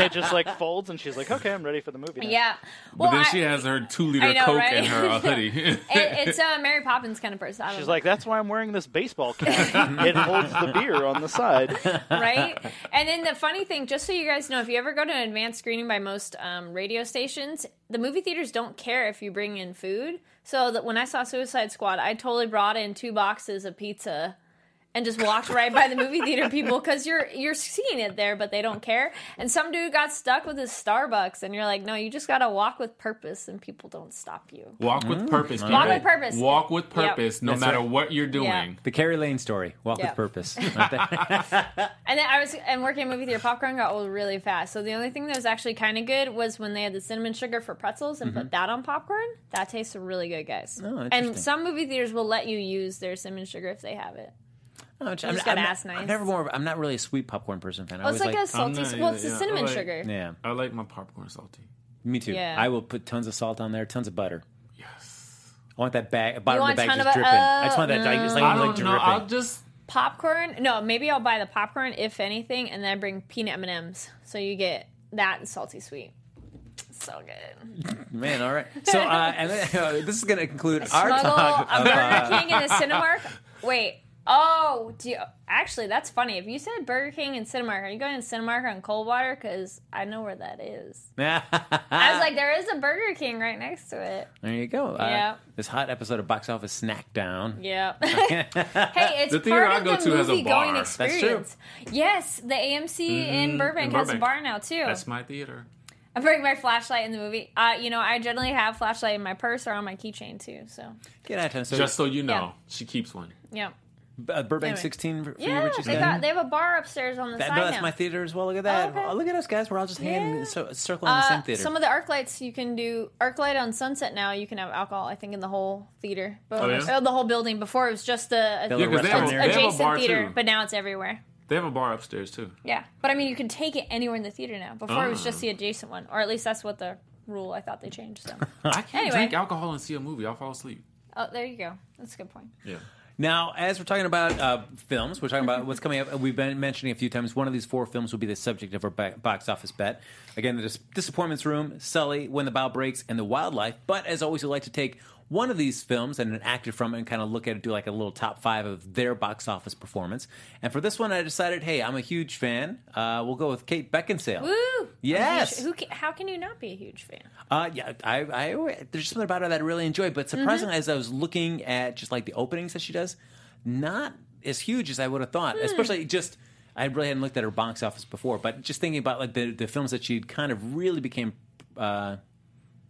Speaker 5: it just like folds, and she's like, "Okay, I'm ready for the movie." now."
Speaker 3: yeah.
Speaker 4: But
Speaker 3: Well,
Speaker 4: then
Speaker 3: I-
Speaker 4: she has her two
Speaker 3: I
Speaker 4: liter
Speaker 3: know,
Speaker 4: coke
Speaker 3: right?
Speaker 4: and her
Speaker 3: *laughs*
Speaker 4: uh, hoodie.
Speaker 3: it, it's a Mary Poppins kind of person. I don't
Speaker 5: She's
Speaker 3: know.
Speaker 5: like, "That's why I'm wearing this baseball
Speaker 4: *laughs*
Speaker 5: cap. it holds the beer on the side."
Speaker 3: right? And then the funny thing, just so you guys know, if you ever go to an advanced screening by most um, radio stations, the movie theaters don't care if you bring in food. So that when I saw Suicide Squad, I totally brought in two boxes of pizza and just walked right by the movie theater people because you're you're seeing it there, but they don't care. And some dude got stuck with his Starbucks, and you're like, no, you just gotta walk with purpose, and people don't stop you.
Speaker 4: Walk with purpose.
Speaker 3: Walk
Speaker 4: people.
Speaker 3: with purpose.
Speaker 4: Walk with
Speaker 3: Yep.
Speaker 4: purpose, no
Speaker 1: Mm, That's
Speaker 4: matter
Speaker 1: right.
Speaker 4: what you're doing.
Speaker 3: Yeah.
Speaker 1: The Carrie Lane story. Walk
Speaker 3: Yeah.
Speaker 1: with
Speaker 3: *laughs*
Speaker 1: purpose. Aren't they?
Speaker 3: And then I was and working at movie theater popcorn got old really fast. So the only thing that was actually kind of good was when they had the cinnamon sugar for pretzels and put that on popcorn. That tasted really good, guys.
Speaker 1: Mm-hmm. Oh, interesting.
Speaker 3: and some movie theaters will let you use their cinnamon sugar if they have it.
Speaker 1: No, I'm,
Speaker 3: Oh, just
Speaker 1: I'm,
Speaker 3: gotta ask
Speaker 1: I'm
Speaker 3: nice.
Speaker 1: never more. of- I'm not really a sweet popcorn person fan. I
Speaker 3: Oh,
Speaker 1: always
Speaker 3: it's like,
Speaker 1: like,
Speaker 3: a salty.
Speaker 4: not
Speaker 3: well,
Speaker 4: either,
Speaker 3: it's the
Speaker 4: yeah.
Speaker 3: cinnamon
Speaker 4: Like-
Speaker 3: sugar.
Speaker 1: yeah.
Speaker 4: I like my popcorn salty.
Speaker 1: Me too.
Speaker 3: Yeah.
Speaker 1: I will put tons of salt on there, tons of butter. Yes. I want that bag bottom
Speaker 3: want
Speaker 1: of the bag
Speaker 3: ton
Speaker 1: just
Speaker 3: of bu-
Speaker 1: dripping. I just want that
Speaker 3: Oh,
Speaker 1: like, just like,
Speaker 4: I
Speaker 1: like
Speaker 4: don't know.
Speaker 1: dripping.
Speaker 4: I'll just
Speaker 3: Popcorn. No, maybe I'll buy the popcorn if anything, and then I bring peanut M and M's. So you get that and salty sweet. So good.
Speaker 1: Man, all
Speaker 3: *laughs*
Speaker 1: right. So uh, and then, *laughs* uh, this is going to conclude our
Speaker 3: Snuggle
Speaker 1: talk. *laughs*
Speaker 3: a Burger King and a Cinemark. Wait. Oh, do you, actually, that's funny. If you said Burger King and Cinemark, are you going to Cinemark on Coldwater? Because I know where that is. I
Speaker 4: Ah.
Speaker 3: was like, there is a Burger King right next to it.
Speaker 1: there you go. Uh,
Speaker 3: Yeah.
Speaker 1: This hot episode of Box Office Snack Down.
Speaker 3: Yeah. *laughs* hey, it's
Speaker 4: *laughs* The theater
Speaker 3: part
Speaker 4: I
Speaker 3: of
Speaker 4: go
Speaker 3: the
Speaker 4: to has a
Speaker 3: movie going
Speaker 4: bar. That's true. Mm-hmm.
Speaker 3: experience. Yes, the AMC in, Burbank
Speaker 4: in
Speaker 3: has a
Speaker 4: Burbank.
Speaker 3: bar now too.
Speaker 4: That's my theater.
Speaker 3: I bring my flashlight in the movie. Uh, you know, I generally have flashlight in my purse or on my keychain too. So,
Speaker 1: Get out of town. So
Speaker 4: Just so you know,
Speaker 3: Yeah.
Speaker 4: she keeps one.
Speaker 3: yeah.
Speaker 1: uh, Burbank
Speaker 3: Anyway.
Speaker 1: 16 for, for you,
Speaker 3: Yeah,
Speaker 1: Richie
Speaker 3: they
Speaker 1: Scott?
Speaker 3: got they have a bar upstairs on the
Speaker 1: That-
Speaker 3: side
Speaker 1: no, that's
Speaker 3: now.
Speaker 1: my theater as well. Look at that.
Speaker 3: okay.
Speaker 1: Oh, Look at us, guys. We're all just hanging,
Speaker 3: Yeah.
Speaker 1: so, circling the same
Speaker 3: Uh,
Speaker 1: theater.
Speaker 3: Some of the arc lights you can do arc light on Sunset now. You can have alcohol, I think, in the whole theater, but
Speaker 4: Oh, yeah?
Speaker 3: uh, the whole building. Before it was just the
Speaker 1: Yeah, 'cause they have a- they have a
Speaker 3: adjacent
Speaker 4: bar,
Speaker 3: theater,
Speaker 4: too.
Speaker 3: but now it's everywhere.
Speaker 4: They have a bar upstairs too.
Speaker 3: Yeah, but I mean, you can take it anywhere in the theater now. Before it was
Speaker 1: Oh.
Speaker 3: just the adjacent one, or at least that's what the rule. I thought they changed. So,
Speaker 1: *laughs*
Speaker 4: I can't
Speaker 3: Anyway.
Speaker 4: drink alcohol and see a movie. I'll fall asleep.
Speaker 3: oh, there you go. That's a good point.
Speaker 4: Yeah.
Speaker 1: Now, as we're talking about uh, films, we're talking
Speaker 3: Mm-hmm.
Speaker 1: about what's coming up. We've been mentioning a few times one of these four films will be the subject of our ba- box office bet. Again, the Dis- Disappointments Room, Sully, When the Bow Breaks, and The Wildlife. But as always, we like to take one of these films and an actor from it and kind of look at it, do like a little top five of their box office performance. And for this one, I decided, hey, I'm a huge fan. Uh, we'll go with Kate Beckinsale.
Speaker 3: Woo! I'm a huge-
Speaker 1: Yes.
Speaker 3: Who? Can, how can you not be a huge fan?
Speaker 1: Uh, yeah, I, I, there's something about her that I really enjoy. But
Speaker 3: Mm-hmm.
Speaker 1: surprisingly, as I was looking at just like the openings that she does, not as huge as I would have thought.
Speaker 3: Hmm.
Speaker 1: Especially just, I really hadn't looked at her box office before. But just thinking about like the, the films that she kind of really became uh,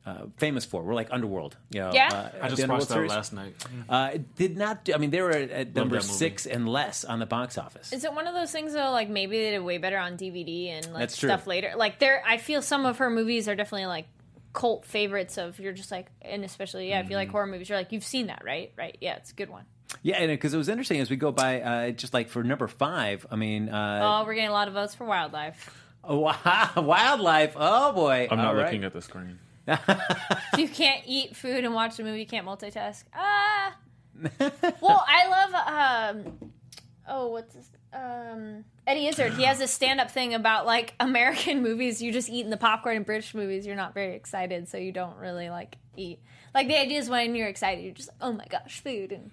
Speaker 1: uh, famous for, were like Underworld. You know,
Speaker 3: Yeah.
Speaker 1: uh,
Speaker 4: I
Speaker 1: the
Speaker 4: just
Speaker 1: Underworld
Speaker 4: watched that
Speaker 1: series.
Speaker 4: last night.
Speaker 1: Uh, it did not. Do, I mean, they were at, at number
Speaker 4: that movie.
Speaker 1: six and less on the box office.
Speaker 3: Is it one of those things though? Like maybe they did way better on DVD and like
Speaker 1: That's true.
Speaker 3: stuff later. Like there, I feel some of her movies are definitely like cult favorites. Of you're just like, and especially yeah, if you like
Speaker 1: Mm-hmm.
Speaker 3: horror movies, you're like you've seen that, right? Right? Yeah, it's a good one.
Speaker 1: yeah, and because it was interesting as we go by, uh, just like for number five. I mean, *laughs* uh,
Speaker 3: Oh, we're getting a lot of votes for Wildlife.
Speaker 1: wildlife. Oh boy,
Speaker 4: I'm not
Speaker 1: All right.
Speaker 4: looking at the screen.
Speaker 3: If you can't eat food and watch a movie, you can't multitask.
Speaker 1: *laughs*
Speaker 3: Ah. well, I love. um Oh, what's this? Um, Eddie Izzard. He has a stand-up thing about like American *laughs* movies. You just eat in the popcorn and British movies. You're not very excited, so you don't really like eat. Like the idea is when you're excited, you're just oh my gosh, food. And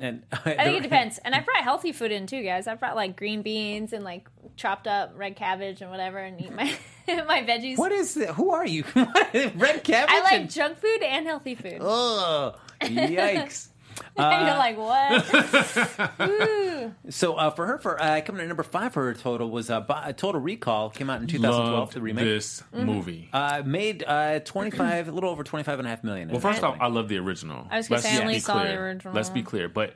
Speaker 1: And *laughs*
Speaker 3: I think it depends. And I brought healthy food in too, guys. I brought like green beans and like chopped up red cabbage and whatever, and eat my *laughs* my veggies.
Speaker 1: What is that? Who are you? *laughs* Red cabbage.
Speaker 3: I like
Speaker 1: and-
Speaker 3: junk food and healthy food.
Speaker 1: Oh. Ugh,
Speaker 3: *laughs*
Speaker 1: yikes. *laughs*
Speaker 3: and *laughs* you're like, what? Ooh.
Speaker 1: So uh, for her, for uh, coming in at number five for her total was uh, Bo- Total Recall came out in 2012.
Speaker 4: Loved
Speaker 1: the remake
Speaker 4: this
Speaker 3: Mm-hmm.
Speaker 4: movie.
Speaker 1: uh, made uh, 25, a little over 25 and a half million.
Speaker 4: well, first off, I love the original.
Speaker 3: I was gonna
Speaker 4: Let's
Speaker 3: say, I
Speaker 4: just
Speaker 3: only
Speaker 4: be
Speaker 3: saw the
Speaker 4: clear.
Speaker 3: original.
Speaker 4: Let's be clear, but.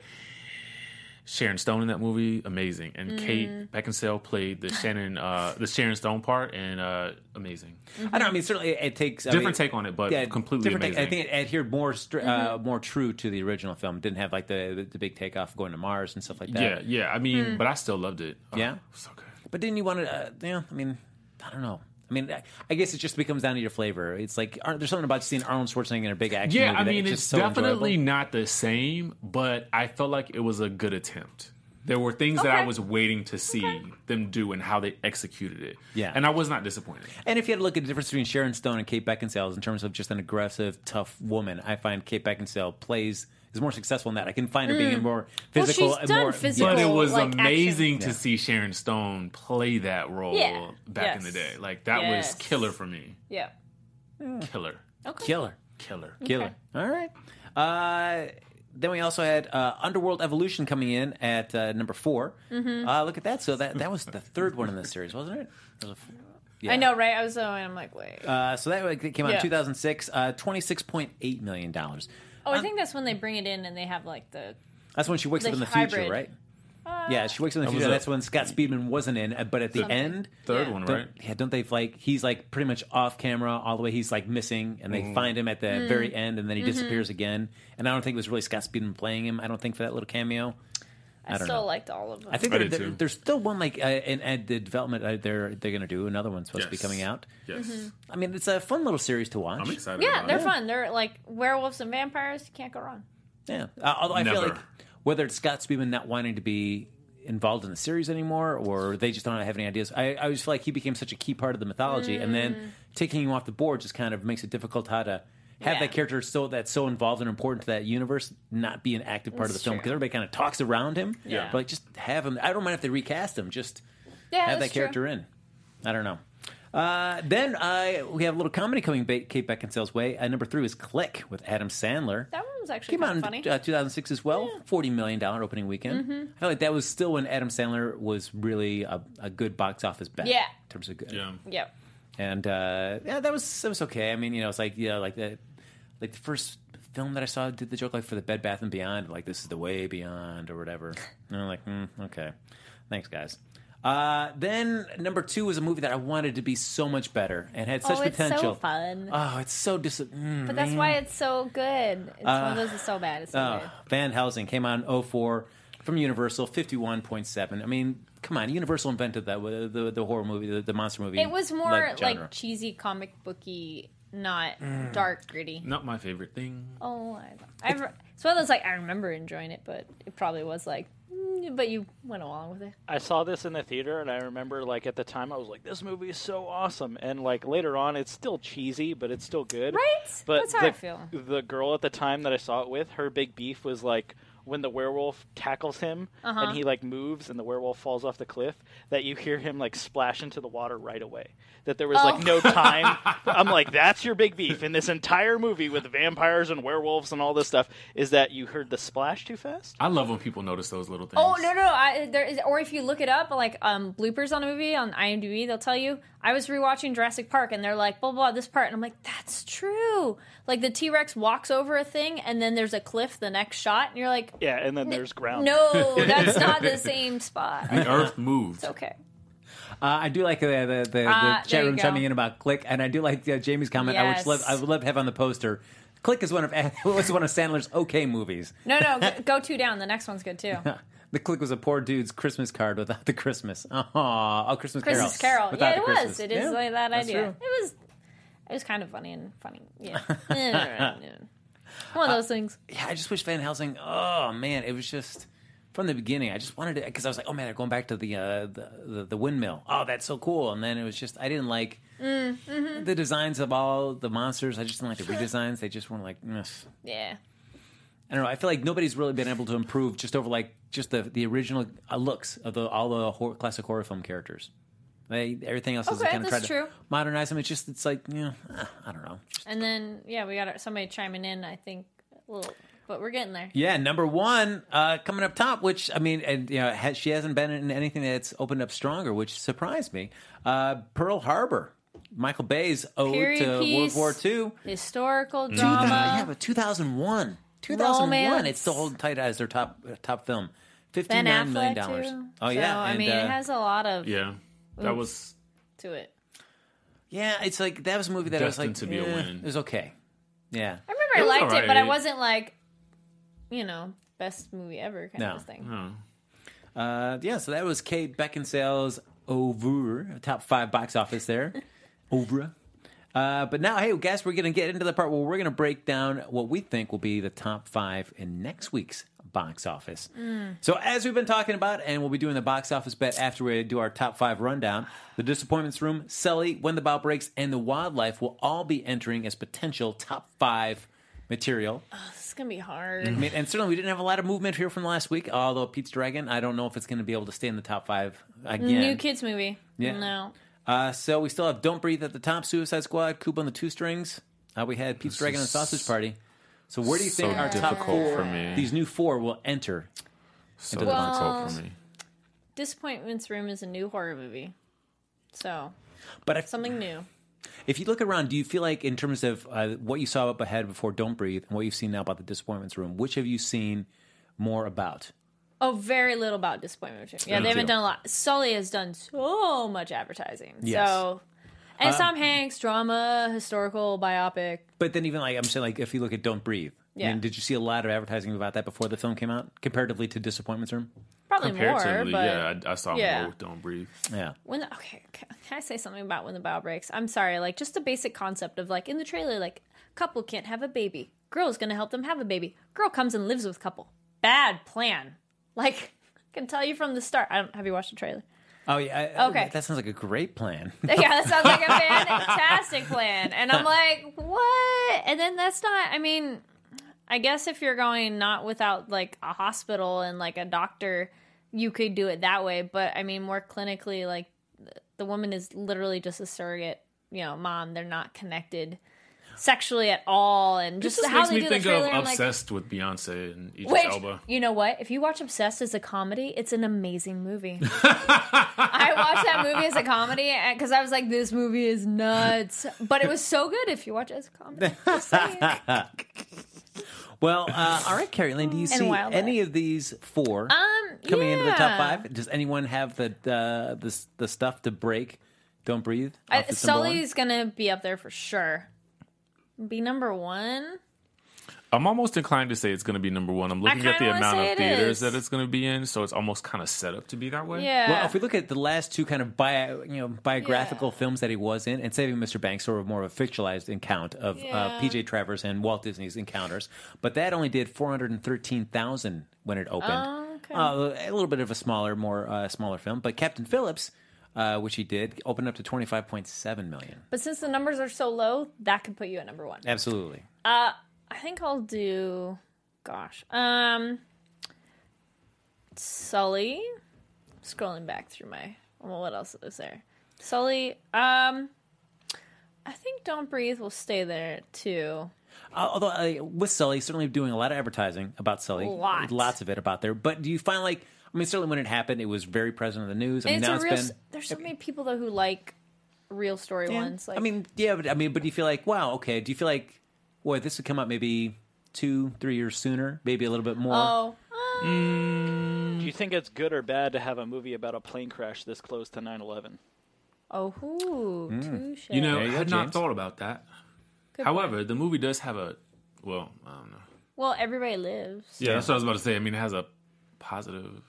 Speaker 4: Sharon Stone in that movie, amazing,
Speaker 3: Mm.
Speaker 4: and Kate Beckinsale played the
Speaker 3: *laughs*
Speaker 4: Shannon, uh, the Sharon Stone part, and uh, amazing.
Speaker 3: Mm.
Speaker 1: I don't. I mean, certainly it takes I
Speaker 4: Different
Speaker 1: mean,
Speaker 4: take on it, but completely
Speaker 1: different
Speaker 4: amazing.
Speaker 1: Take. I think it adhered more str- uh,
Speaker 3: Mm-hmm.
Speaker 1: more true to the original film. Didn't have like the the, the big takeoff going to Mars and stuff like that.
Speaker 4: yeah,
Speaker 3: Mm.
Speaker 4: yeah. I mean, but I still loved it. Oh,
Speaker 1: Yeah?
Speaker 4: so good.
Speaker 1: But didn't you want to? Uh, yeah, I mean, I don't know. I mean, I, I guess it just becomes down to your flavor. It's like Ar- there's something about seeing Arnold Schwarzenegger in a big action.
Speaker 4: Yeah,
Speaker 1: movie
Speaker 4: I
Speaker 1: that
Speaker 4: mean,
Speaker 1: it's,
Speaker 4: it's,
Speaker 1: just so
Speaker 4: definitely
Speaker 1: enjoyable.
Speaker 4: not the same, but I felt like it was a good attempt. There were things that I
Speaker 3: Okay.
Speaker 4: was waiting to see them do and how they executed it.
Speaker 1: Yeah.
Speaker 4: And I was not disappointed.
Speaker 1: And if you had to look at the difference between Sharon Stone and Kate Beckinsale in terms of just an aggressive, tough woman, I find Kate Beckinsale plays is more successful in that. I can find her
Speaker 4: Mm.
Speaker 1: being a more physical,
Speaker 3: she's
Speaker 1: and
Speaker 3: done
Speaker 1: more
Speaker 3: physical-
Speaker 4: But it
Speaker 3: Cool,
Speaker 4: was
Speaker 3: like, action.
Speaker 4: amazing to
Speaker 1: Yeah.
Speaker 4: see Sharon Stone play that role
Speaker 3: Yeah.
Speaker 4: back in the
Speaker 3: Yes.
Speaker 4: day. Like, that
Speaker 3: Yes.
Speaker 4: was killer for me.
Speaker 3: Yeah.
Speaker 4: Killer.
Speaker 3: Okay.
Speaker 1: killer.
Speaker 4: Killer.
Speaker 1: Killer. All right. Uh, then we also had uh, Underworld Evolution coming in at uh, number 4
Speaker 3: Mm-hmm.
Speaker 1: Uh, look at that. So that, that was the third one in this series, wasn't it? It was a f- yeah.
Speaker 3: I know, right? I was so I'm like, wait.
Speaker 1: Uh, so that like, came out in
Speaker 3: Yeah.
Speaker 1: 2006, uh, $26.8 million.
Speaker 3: oh, I think that's when they bring it in and they have like the
Speaker 1: That's when she wakes
Speaker 3: The
Speaker 1: up in the future,
Speaker 3: hybrid. Uh,
Speaker 1: right? yeah, she wakes up in the
Speaker 4: was
Speaker 1: future.
Speaker 4: a-
Speaker 1: That's when Scott Speedman wasn't in, uh, but at the
Speaker 3: Something.
Speaker 1: end,
Speaker 4: Third
Speaker 3: Yeah.
Speaker 4: one,
Speaker 1: don't,
Speaker 4: right?
Speaker 1: yeah, don't they like he's like pretty much off camera all the way. He's like missing, and
Speaker 4: Mm.
Speaker 1: they find him at the
Speaker 3: Mm-hmm.
Speaker 1: very end, and then he disappears again. And I don't think it was really Scott Speedman playing him. I don't think for that little cameo.
Speaker 3: I,
Speaker 1: don't
Speaker 3: still
Speaker 1: know.
Speaker 3: liked all of them.
Speaker 1: I think
Speaker 4: I
Speaker 1: there-
Speaker 4: did,
Speaker 1: there-
Speaker 4: too.
Speaker 1: there's still one like uh, in, at the development uh, they're they're gonna do another one supposed to be
Speaker 4: Yes.
Speaker 1: coming out.
Speaker 4: Yes.
Speaker 1: I mean, it's a fun little series to watch.
Speaker 4: I'm excited.
Speaker 3: Mm-hmm. yeah,
Speaker 4: about
Speaker 3: they're
Speaker 4: it.
Speaker 3: fun. They're like werewolves and vampires. You can't go wrong.
Speaker 1: Yeah. Uh, although I feel
Speaker 4: Never.
Speaker 1: like whether it's Scott Speedman not wanting to be involved in the series anymore or they just don't have any ideas, I, I always feel like he became such a key part of the mythology. And
Speaker 3: Mm.
Speaker 1: then taking him off the board just kind of makes it difficult how to have
Speaker 3: Yeah.
Speaker 1: that character so that's so involved and important to that universe not be an active part of the
Speaker 3: That's
Speaker 1: film
Speaker 3: true.
Speaker 1: because everybody kind of talks around him.
Speaker 3: Yeah.
Speaker 1: But like, just have him. I don't mind if they recast him. Just
Speaker 3: Yeah,
Speaker 1: have that
Speaker 3: that's true.
Speaker 1: character in. I don't know. Uh, then uh, we have a little comedy coming ba- Kate Beckinsale's way. Uh, number three is Click with Adam Sandler.
Speaker 3: That one was actually
Speaker 1: Came out
Speaker 3: kind
Speaker 1: in
Speaker 3: of funny. Mm-hmm.
Speaker 1: Uh, 2006 as well. Forty million dollar opening weekend. I feel like that was still when Adam Sandler was really a, a good box office bet.
Speaker 3: Yeah.
Speaker 1: in terms of good.
Speaker 4: Yeah.
Speaker 3: yep.
Speaker 1: and uh, yeah, that was that was okay. I mean, you know, it's like yeah, like the like the first film that I saw did the joke like for the Bed Bath and Beyond, like this is the way beyond or
Speaker 3: *laughs*
Speaker 1: whatever. And I'm like, mm, okay, thanks guys. Uh, then number two was a movie that I wanted to be so much better and had such
Speaker 3: oh, it's
Speaker 1: potential.
Speaker 3: so fun.
Speaker 1: Oh, it's so dis. Mm,
Speaker 3: but that's why it's so good. It's
Speaker 1: Uh,
Speaker 3: one of those that's so bad. It's so
Speaker 1: Oh,
Speaker 3: good.
Speaker 1: Van Helsing came out in 04 from Universal, 51.7. I mean, come on, Universal invented that the the, the horror movie, the, the monster movie.
Speaker 3: It was more like,
Speaker 1: genre. Mm.
Speaker 3: cheesy comic booky, not dark gritty.
Speaker 4: Not my favorite thing.
Speaker 3: Oh, I, I re- it's one of those like I remember enjoying it, but it probably was like, mm, but you went along with it.
Speaker 5: I saw this in the theater, and I remember, like, at the time, I was like, this movie is so awesome. And, like, later on, it's still cheesy, but it's still good.
Speaker 3: Right?
Speaker 5: But
Speaker 3: That's how
Speaker 5: the,
Speaker 3: I feel.
Speaker 5: The girl at the time that I saw it with, her big beef was, like, when the werewolf tackles him
Speaker 3: Uh-huh.
Speaker 5: and he, like, moves and the werewolf falls off the cliff, that you hear him, like, splash into the water right away. That there was, like,
Speaker 3: Oh. *laughs*
Speaker 5: no time. I'm like, that's your big beef in this entire movie with vampires and werewolves and all this stuff, is that you heard the splash too fast?
Speaker 4: I love when people notice those little things.
Speaker 3: Oh no no! I, there is, or if you look it up, like um, bloopers on a movie on IMDb, they'll tell you. I was rewatching Jurassic Park, and they're like, blah blah, this part, and I'm like, that's true. Like the T Rex walks over a thing, and then there's a cliff the next shot, and you're like,
Speaker 5: Yeah, and then there's ground.
Speaker 3: no,
Speaker 1: *laughs*
Speaker 3: that's not the same spot.
Speaker 4: The earth moved.
Speaker 3: Okay.
Speaker 1: Uh, I do like the the, the,
Speaker 3: Ah,
Speaker 1: the chat
Speaker 3: there you
Speaker 1: room
Speaker 3: go.
Speaker 1: chiming in about Click, and I do like uh, Jamie's comment. I would
Speaker 3: Yes.
Speaker 1: love I would love to have on the poster. Click is one of *laughs* was one of Sandler's okay movies.
Speaker 3: No, no, go- go two down. The next one's
Speaker 1: *laughs*
Speaker 3: good too.
Speaker 1: The Click was a poor dude's Christmas card without the Christmas. *laughs* Aw, oh, Christmas Carol.
Speaker 3: Christmas Carol.
Speaker 1: Without
Speaker 3: yeah,
Speaker 1: the
Speaker 3: it was.
Speaker 1: Christmas.
Speaker 3: It is
Speaker 1: Yeah,
Speaker 3: like that
Speaker 1: that's
Speaker 3: idea.
Speaker 1: true.
Speaker 3: It was. It was kind of funny and funny. Yeah.
Speaker 1: *laughs*
Speaker 3: *laughs* One of those things.
Speaker 1: yeah, I just wish Van Helsing. Oh man, it was just from the beginning. I just wanted to because I was like, oh man, they're going back to the, uh, the the the windmill. Oh, that's so cool. And then it was just I didn't like
Speaker 3: Mm-hmm.
Speaker 1: the designs of all the monsters. I just didn't like the redesigns. They just weren't like. Ugh.
Speaker 3: Yeah.
Speaker 1: I don't know. I feel like nobody's really been able to improve just over like just the the original uh, looks of the all the horror, classic horror film characters. They everything else is
Speaker 3: Okay,
Speaker 1: kind of tried
Speaker 3: that's
Speaker 1: to
Speaker 3: true.
Speaker 1: modernize them. It's just it's like yeah, uh, I don't know.
Speaker 3: And then yeah, we got somebody chiming in. I think, a little, but we're getting there.
Speaker 1: Yeah, number one uh, coming up top, which I mean, and you know, ha- she hasn't been in anything that's opened up stronger, which surprised me. Uh, Pearl Harbor, Michael Bay's ode
Speaker 3: Period
Speaker 1: to
Speaker 3: piece.
Speaker 1: World War II.
Speaker 3: Historical
Speaker 1: yeah,
Speaker 3: drama.
Speaker 1: but 2001, 2001.
Speaker 3: Romance.
Speaker 1: It's still holding tight as their top uh, top film. Fifty
Speaker 3: Ben
Speaker 1: nine million
Speaker 3: Affleck
Speaker 1: dollars.
Speaker 3: too.
Speaker 1: Oh yeah,
Speaker 3: So, I
Speaker 1: and,
Speaker 3: mean,
Speaker 1: uh,
Speaker 3: it has a lot of
Speaker 4: Yeah. That was
Speaker 3: to it.
Speaker 1: yeah. It's like that was a movie that I was like,
Speaker 4: Destined to be a
Speaker 1: eh,
Speaker 4: win.
Speaker 1: It was okay. Yeah,
Speaker 3: I
Speaker 4: It
Speaker 3: remember I
Speaker 4: was
Speaker 3: liked it, but I
Speaker 4: alright.
Speaker 3: wasn't like, you know, best movie ever kind
Speaker 1: No.
Speaker 3: of thing.
Speaker 1: uh, yeah. So that was Kate Beckinsale's over top five box office there. Over. Uh, but now, hey, guys, we're going to get into the part where we're going to break down what we think will be the top five in next week's box office. So, as we've been talking about, and we'll be doing the box office bet after we do our top five rundown, the Disappointments Room, Sully, When the Bow Breaks, and The Wildlife will all be entering as potential top five material.
Speaker 3: This is gonna be hard.
Speaker 1: I mean, and certainly we didn't have a lot of movement here from last week. Although Pete's Dragon, I don't know if it's going to be able to stay in the top five again.
Speaker 3: New kids movie.
Speaker 1: Yeah.
Speaker 3: No.
Speaker 1: Uh, so we still have Don't Breathe at the top, Suicide Squad, Coop on the two strings. Uh, we had Pete's Dragon and Sausage Party. So where do you
Speaker 4: so
Speaker 1: think our top
Speaker 4: difficult
Speaker 1: four,
Speaker 4: for me.
Speaker 1: these new four, will enter?
Speaker 4: so
Speaker 1: into the box
Speaker 4: difficult for me.
Speaker 3: Disappointments Room is a new horror movie. So
Speaker 1: But if,
Speaker 3: something new.
Speaker 1: if you look around, do you feel like in terms of uh, what you saw up ahead before Don't Breathe and what you've seen now about the Disappointments Room, which have you seen more about?
Speaker 3: Oh, very little about disappointment. Room. Yeah,
Speaker 1: Me
Speaker 3: they haven't
Speaker 1: too.
Speaker 3: done a lot. Sully has done so much advertising.
Speaker 1: Yes.
Speaker 3: So, and
Speaker 4: Uh,
Speaker 3: it's Tom Hanks drama, historical biopic.
Speaker 1: But then even like I'm saying, like if you look at Don't Breathe, I mean,
Speaker 3: Yeah.
Speaker 1: did you see a lot of advertising about that before the film came out, comparatively to Disappointments Room?
Speaker 3: Probably more,
Speaker 4: Comparatively,
Speaker 3: but
Speaker 4: yeah, I, I saw
Speaker 3: yeah.
Speaker 4: more with Don't Breathe.
Speaker 1: Yeah.
Speaker 3: when the, okay, can can I say something about when the bow breaks? I'm sorry, like just the basic concept of like in the trailer, like couple can't have a baby. Girl's gonna help them have a baby. Girl comes and lives with couple. Bad plan. Like *laughs* I can tell you from the start. I don't have you watched the trailer.
Speaker 1: Oh yeah. I-
Speaker 3: Okay.
Speaker 1: That sounds like a great plan. *laughs*
Speaker 3: *laughs* yeah, that sounds like a fantastic plan. And
Speaker 4: *laughs*
Speaker 3: I'm like, what? And then that's not, I mean, I guess if you're going not without like a hospital and like a doctor, you could do it that way. But I mean, more clinically, like th- the woman is literally just a surrogate, you know, mom. They're not connected sexually at all. And just
Speaker 4: This
Speaker 3: how
Speaker 4: makes
Speaker 3: they
Speaker 4: me
Speaker 3: do
Speaker 4: think
Speaker 3: the trailer.
Speaker 4: of
Speaker 3: I'm like,
Speaker 4: Obsessed with Beyonce and Idris
Speaker 3: Which
Speaker 4: Elba.
Speaker 3: you know what? If you watch Obsessed as a comedy, it's an amazing movie. I watched that movie as a comedy because I was like, this movie is nuts, but it was so good. If you watch it as a comedy, Just saying. Um,
Speaker 1: Well, uh, all right, Carrie Lynn, do you see
Speaker 3: Wildlife.
Speaker 1: any of these four
Speaker 3: um,
Speaker 1: coming into the top
Speaker 3: yeah.
Speaker 1: five? Does anyone have the uh, the the, the stuff to break? Don't breathe.
Speaker 3: I,
Speaker 1: off its number one?
Speaker 3: Sully's gonna be up there for sure. Be number one.
Speaker 4: I'm almost inclined to say it's going to be number one. I'm looking
Speaker 3: kinda
Speaker 4: at the
Speaker 3: wanna
Speaker 4: amount
Speaker 3: say
Speaker 4: of
Speaker 3: it
Speaker 4: theaters
Speaker 3: is.
Speaker 4: that it's going to be in, so it's almost kind of set up to be that way.
Speaker 3: Yeah.
Speaker 1: Well, if we look at the last two kind of bio, you know, biographical films that he was in, and Saving Mr. Banks, sort of more of a fictionalized account of uh,
Speaker 3: Yeah.
Speaker 1: P.J. Travers and Walt Disney's encounters, but that only did four hundred and thirteen thousand when it opened.
Speaker 3: okay.
Speaker 1: Uh, a little bit of a smaller, more uh, smaller film, but Captain Phillips, uh, which he did, opened up to twenty five point seven million.
Speaker 3: but since the numbers are so low, that could put you at number one.
Speaker 1: Absolutely.
Speaker 3: I think I'll do. Gosh. Um. Sully. Scrolling back through my. Well, what else is there? Sully. Um. I think Don't Breathe will stay there too.
Speaker 1: Uh, although uh, with Sully, certainly doing a lot of advertising about Sully,
Speaker 3: Lot.
Speaker 1: lots of it about there. But do you find like, I mean, certainly when it happened, it was very present in the news. I mean,
Speaker 3: It's
Speaker 1: now
Speaker 3: a
Speaker 1: it's
Speaker 3: real.
Speaker 1: been.
Speaker 3: s There's so many people though who like real story
Speaker 1: Yeah.
Speaker 3: ones. Like
Speaker 1: I mean, yeah, but I mean, but do you feel like, wow, okay, do you feel like, boy, this would come out maybe two, three years sooner, maybe a little bit more?
Speaker 3: oh. uh,
Speaker 5: Do you think it's good or bad to have a movie about a plane crash this close to 9/11?
Speaker 3: Oh, ooh, touche.
Speaker 4: You know,
Speaker 1: There
Speaker 4: I
Speaker 1: you go,
Speaker 4: had not
Speaker 1: James.
Speaker 4: thought about that.
Speaker 3: Good
Speaker 4: However, the movie does have a. Well, I don't know.
Speaker 3: well, everybody lives.
Speaker 4: Yeah, that's what I was about to say. I mean, it has a positive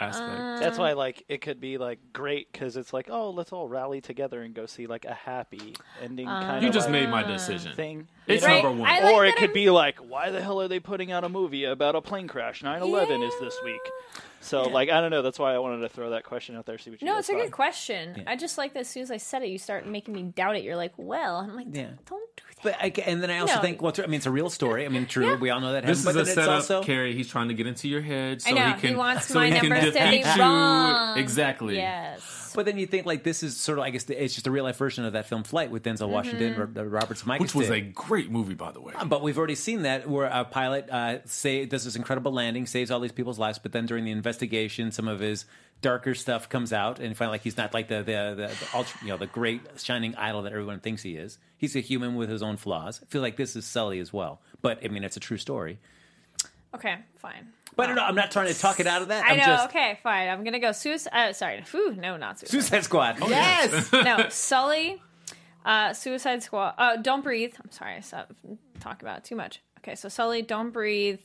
Speaker 4: aspect.
Speaker 3: Uh,
Speaker 5: That's
Speaker 3: Uh-huh.
Speaker 5: why like it could be like great cuz it's like, oh, let's all rally together and go see like a happy ending kind
Speaker 4: you
Speaker 5: of
Speaker 4: just
Speaker 5: like,
Speaker 4: made my decision.
Speaker 5: thing.
Speaker 4: It's
Speaker 3: Right?
Speaker 4: number one.
Speaker 3: Uh-huh. I like
Speaker 5: or it
Speaker 3: that
Speaker 5: could
Speaker 3: I'm-
Speaker 5: be like, why the hell are they putting out a movie about a plane crash? 9/11 is this week. So like I don't know, that's why I wanted to throw that question out there see what you
Speaker 3: No,
Speaker 5: guys
Speaker 3: it's a
Speaker 5: thought.
Speaker 3: good question. I just like that as soon as I said it, you start making me doubt it. You're like, well, I'm like,
Speaker 1: Yeah.
Speaker 3: don't do that.
Speaker 1: But I, and then I also
Speaker 3: No.
Speaker 1: think, well, I mean, it's a real story. I mean, true, we all know that.
Speaker 4: This
Speaker 1: happened,
Speaker 4: is a
Speaker 1: but then
Speaker 4: setup,
Speaker 1: it's also
Speaker 4: Carrie. He's trying to get into your head so
Speaker 3: I know,
Speaker 4: he
Speaker 3: he
Speaker 4: can
Speaker 3: wants
Speaker 4: so
Speaker 3: my
Speaker 4: he can
Speaker 3: numbers to be
Speaker 4: defeat you.
Speaker 3: wrong.
Speaker 4: Exactly.
Speaker 3: Yes.
Speaker 1: But then you think like this is sort of, I guess, the, it's just a real life version of that film Flight with
Speaker 3: Mm-hmm.
Speaker 1: Denzel Washington, Ro- uh, Robert Zemeckis,
Speaker 4: Which was
Speaker 1: did.
Speaker 4: a great movie, by the way.
Speaker 1: But we've already seen that where a pilot uh, say does this incredible landing, saves all these people's lives, but then during the investigation, some of his darker stuff comes out, and you find like he's not like the the, the, the ultra, you know the great shining idol that everyone thinks he is. He's a human with his own flaws. I feel like this is Sully as well, but I mean it's a true story.
Speaker 3: Okay, fine.
Speaker 1: But I don't know, I'm not trying to talk it out of that.
Speaker 3: I
Speaker 1: I'm
Speaker 3: know.
Speaker 1: just
Speaker 3: okay, fine. I'm gonna go suicide. Uh, sorry. Whew, no, not suicide.
Speaker 1: Suicide Squad. yes.
Speaker 3: no, Sully, uh, Suicide Squad. Oh, Don't Breathe. I'm sorry, I stopped talking about it too much. Okay, so Sully, Don't Breathe.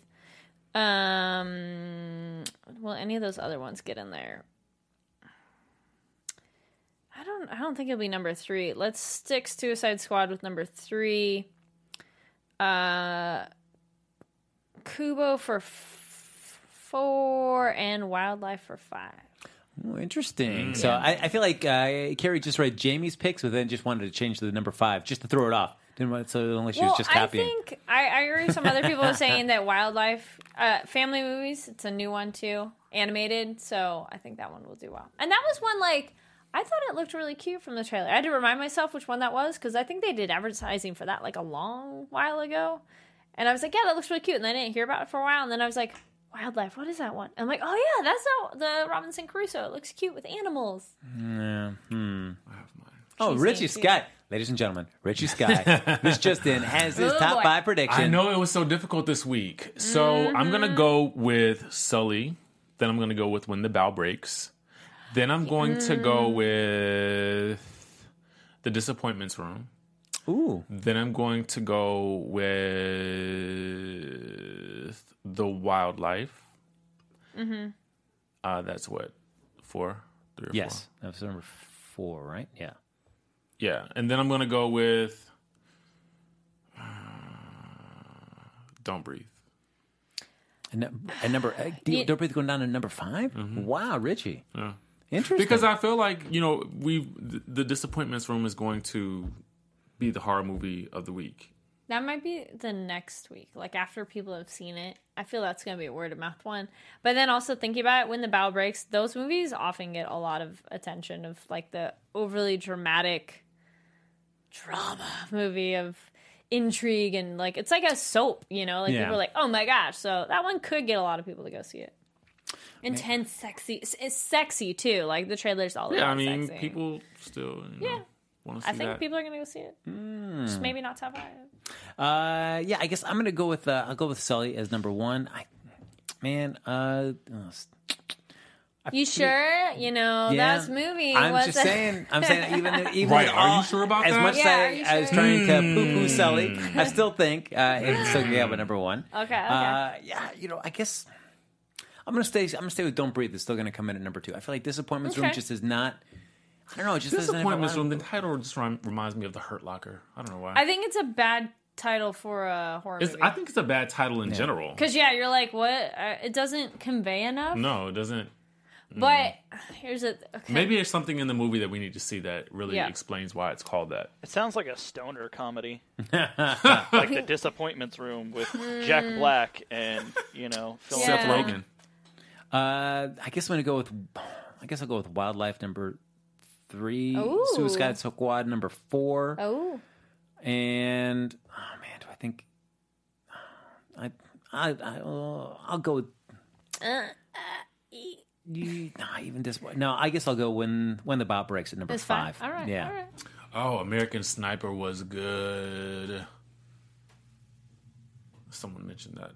Speaker 3: Um, will any of those other ones get in there? I don't don't. I don't think it'll be number three. Let's stick Suicide Squad with number three. Uh, Kubo for f- four and Wildlife for five.
Speaker 1: Oh, interesting. So I, I feel like uh, Carrie just read Jamie's picks, but then just wanted to change to the number five just to throw it off. Didn't want so unless she was just copying.
Speaker 3: I think I, I agree. with Some
Speaker 1: *laughs*
Speaker 3: other people are saying that wildlife, uh, family movies. It's a new one too, animated. So I think that one will do well. And that was one like I thought it looked really cute from the trailer. I had to remind myself which one that was because I think they did advertising for that like a long while ago, and I was like, yeah, that looks really cute. And then I didn't hear about it for a while, and then I was like. Wildlife, what is that one? I'm like, oh yeah, that's not the Robinson Crusoe. It looks cute with animals.
Speaker 4: I have mine.
Speaker 1: oh, Richie
Speaker 3: She's
Speaker 1: Scott, ladies and gentlemen,
Speaker 3: *laughs*
Speaker 1: Richie Scott. this Justin has his
Speaker 3: Oh,
Speaker 1: top
Speaker 3: boy.
Speaker 1: five prediction.
Speaker 4: I know it was so difficult this week. So I'm gonna go with Sully. Then I'm gonna go with When the Bow Breaks. Then I'm going to go with The Disappointments Room.
Speaker 1: Ooh,
Speaker 4: Then I'm going to go with The Wildlife. Mm-hmm. Uh, that's what four, three or
Speaker 1: yes, that was number four, right? Yeah.
Speaker 4: four. Yeah, and then I'm gonna go with uh, Don't Breathe.
Speaker 1: And, num- and number, uh, do you,
Speaker 3: Yeah.
Speaker 1: don't breathe going down to number 5 Wow, Richie. Interesting.
Speaker 4: Mm-hmm. because I feel like you know we the disappointments room is going to be the horror movie of the week.
Speaker 3: That might be the next week, like after people have seen it. I feel that's going to be a word of mouth one. But then also thinking about it, when the bow breaks, those movies often get a lot of attention of like the overly dramatic drama movie of intrigue and like it's like a soap, you know? Like
Speaker 1: Yeah.
Speaker 3: people are like, oh my gosh. So that one could get a lot of people to go see it. Intense, sexy. It's, it's sexy too. Like the trailers all
Speaker 4: Yeah,
Speaker 3: about
Speaker 4: I mean
Speaker 3: sexy.
Speaker 4: people still you know,
Speaker 3: Yeah.
Speaker 4: want to see
Speaker 3: I think
Speaker 4: that. Hmm.
Speaker 3: people are going to go see it. Just maybe not top five.
Speaker 1: Uh, yeah, I guess I'm gonna go with uh, I'll go with Sully as number one. I, man, uh, oh, s-
Speaker 3: You sure? You know,
Speaker 1: yeah.
Speaker 3: that movie
Speaker 1: I'm
Speaker 3: was
Speaker 1: just saying. I'm saying even
Speaker 4: *laughs*
Speaker 1: even
Speaker 4: Right,
Speaker 1: with
Speaker 4: are you
Speaker 1: all-
Speaker 4: sure about
Speaker 1: as
Speaker 4: that? Mm.
Speaker 1: much as
Speaker 3: Yeah,
Speaker 1: I,
Speaker 3: are you
Speaker 1: I was
Speaker 3: sure?
Speaker 1: trying to poo poo Sully, I still think uh,
Speaker 4: *laughs*
Speaker 1: it's still gonna be at number one.
Speaker 3: *laughs* Okay, okay.
Speaker 1: Uh, yeah, you know, I guess I'm gonna stay. I'm gonna stay with Don't Breathe. It's still gonna come in at number two. I feel like Disappointments Room
Speaker 3: Okay.
Speaker 1: just is not. I don't know. It just doesn't have a
Speaker 4: disappointments
Speaker 1: lot of-
Speaker 4: room. The title just rem- reminds me of the Hurt Locker. I don't know why.
Speaker 3: I think it's a bad title for a horror
Speaker 4: it's, I
Speaker 3: movie.
Speaker 4: think it's a bad title in general.
Speaker 3: Because yeah, you're like, what? Uh, it doesn't convey enough.
Speaker 4: No, it doesn't.
Speaker 3: But here's a okay.
Speaker 4: Maybe there's something in the movie that we need to see that really
Speaker 3: Yeah.
Speaker 4: explains why it's called that.
Speaker 5: It sounds like a stoner
Speaker 4: *laughs*
Speaker 5: comedy, like
Speaker 3: *laughs*
Speaker 5: the Disappointments Room with Jack Black and you know Phil
Speaker 3: Hmm. Yeah.
Speaker 4: Seth Rogen.
Speaker 1: Uh, I guess I'm gonna go with. I guess I'll go with Wildlife number three,
Speaker 3: Ooh.
Speaker 1: Suicide Squad number four,
Speaker 3: Oh,
Speaker 1: and oh man, do I think? I I, I uh, I'll go. With,
Speaker 3: Uh, e-
Speaker 1: you, no, even this one. No, I guess I'll go when when the bot breaks at number
Speaker 3: it's fine.
Speaker 1: five.
Speaker 3: All right.
Speaker 1: yeah.
Speaker 3: All right.
Speaker 4: Oh, American Sniper was good. Someone mentioned that.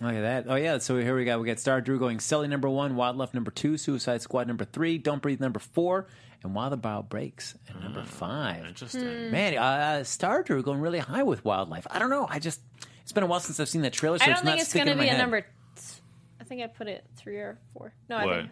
Speaker 1: Look at that. Oh yeah. So here we go. We got Star Drew going Sully number one, Wildlife number two, Suicide Squad number three, Don't Breathe number four, and While the Bot Breaks at number five.
Speaker 4: Hmm, Interesting.
Speaker 3: Hmm.
Speaker 1: Man, uh, Star Drew going really high with wildlife. I don't know. I just it's been a while since I've seen that trailer, so
Speaker 3: I don't
Speaker 1: it's not
Speaker 3: think it's
Speaker 1: sticking
Speaker 3: gonna
Speaker 1: in my
Speaker 3: be a
Speaker 1: head.
Speaker 3: number. T- I think I put it three or four. No, I
Speaker 4: What?
Speaker 3: think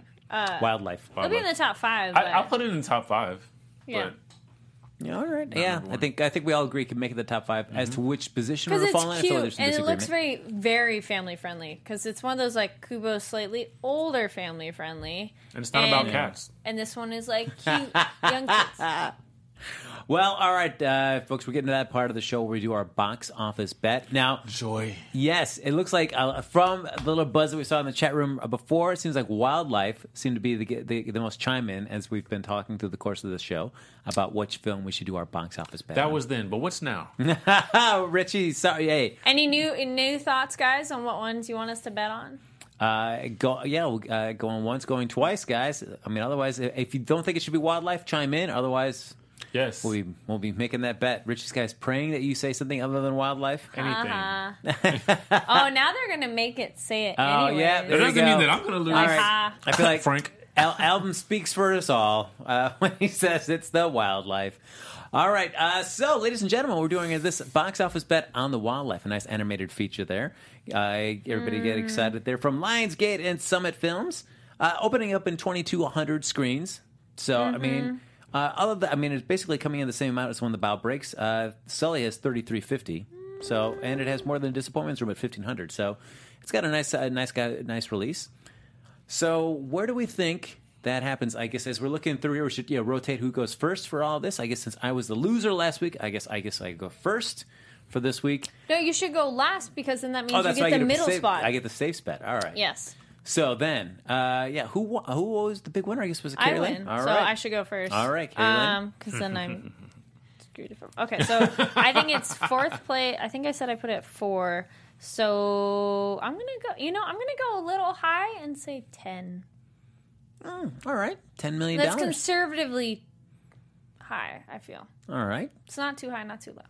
Speaker 1: Wildlife.
Speaker 3: it'll be in the top five. But
Speaker 4: I, I'll put it in the top five.
Speaker 3: Yeah.
Speaker 4: But
Speaker 1: Yeah, all right. Yeah,
Speaker 4: number
Speaker 1: I
Speaker 4: one. Mm-hmm.
Speaker 1: think I think we all agree can make it the top 5 as to which position
Speaker 3: because
Speaker 1: we're
Speaker 3: it's
Speaker 1: falling. I feel like
Speaker 3: cute
Speaker 1: there's some
Speaker 3: and it looks
Speaker 1: disagreement.
Speaker 3: very, very family friendly. Because it's one of those like Kubo slightly older family friendly,
Speaker 4: And it's not about
Speaker 3: And-
Speaker 4: cats.
Speaker 3: and this one is like cute young kids.
Speaker 1: *laughs* well, all right, uh, folks. We're getting to that part of the show where we do our box office bet now.
Speaker 4: Joy.
Speaker 1: Yes, it looks like uh, from the little buzz that we saw in the chat room uh, before, it seems like wildlife seemed to be the, the the most chime in as we've been talking through the course of the show about which film we should do our box office bet.
Speaker 4: That
Speaker 1: on.
Speaker 4: was then, but what's *laughs* now?
Speaker 1: *laughs* oh, Richie. Sorry, hey,
Speaker 3: Any new new thoughts, guys, on what ones you want us to bet on?
Speaker 1: Uh, go, yeah, uh, going once, going twice, guys. I mean, otherwise, if you don't think it should be wildlife, chime in. Otherwise,
Speaker 4: Yes.
Speaker 1: we won't be making that bet. Richie's guy's praying that you say something other than wildlife.
Speaker 4: Anything.
Speaker 1: *laughs*
Speaker 3: Oh, now they're gonna make it say it.
Speaker 1: Oh,
Speaker 3: anyways.
Speaker 1: yeah,
Speaker 4: That
Speaker 1: there you
Speaker 4: doesn't mean
Speaker 1: go.
Speaker 4: that I'm going to lose.
Speaker 1: All right.
Speaker 3: Aha.
Speaker 1: I feel like
Speaker 4: Frank.
Speaker 1: Al- album speaks for us all uh, *laughs* when he says it's the wildlife. All right, uh, so ladies and gentlemen, we're doing this box office bet on the wildlife. A nice animated feature there. Uh, everybody get excited there from Lionsgate and Summit Films, uh, opening up in twenty two hundred screens. So I mean, Uh, all of that, I mean, it's basically coming in the same amount as when the bow breaks. Uh, Sully has 3350, so and it has more than Disappointments Room at 1500. So it's got a nice, uh, nice guy, nice release. So where do we think that happens? I guess as we're looking through here, we should you know, rotate who goes first for all this. I guess since I was the loser last week, I guess I guess I go first for this week.
Speaker 3: *laughs* No, you should go last because then that means
Speaker 1: oh,
Speaker 3: you
Speaker 1: that's
Speaker 3: get
Speaker 1: why
Speaker 3: the
Speaker 1: I get
Speaker 3: middle
Speaker 1: safe,
Speaker 3: spot.
Speaker 1: I get the safe spot. All right.
Speaker 3: yes,
Speaker 1: So then, uh, yeah, who wa- who was the big winner? I guess was it
Speaker 3: I
Speaker 1: Carrie Lynn?
Speaker 3: win.
Speaker 1: All
Speaker 3: so
Speaker 1: right.
Speaker 3: I should go first.
Speaker 1: All right, Carrie Lynn.
Speaker 3: Um, because then I'm
Speaker 1: *laughs*
Speaker 3: screwed if I'm okay. So I think it's fourth place. I think I said I put it at four. So I'm gonna go. You know, I'm gonna go a little high and say ten.
Speaker 1: Oh, All right, ten million
Speaker 3: That's
Speaker 1: dollars.
Speaker 3: conservatively high. I feel
Speaker 1: All right,
Speaker 3: it's not too high, not too low.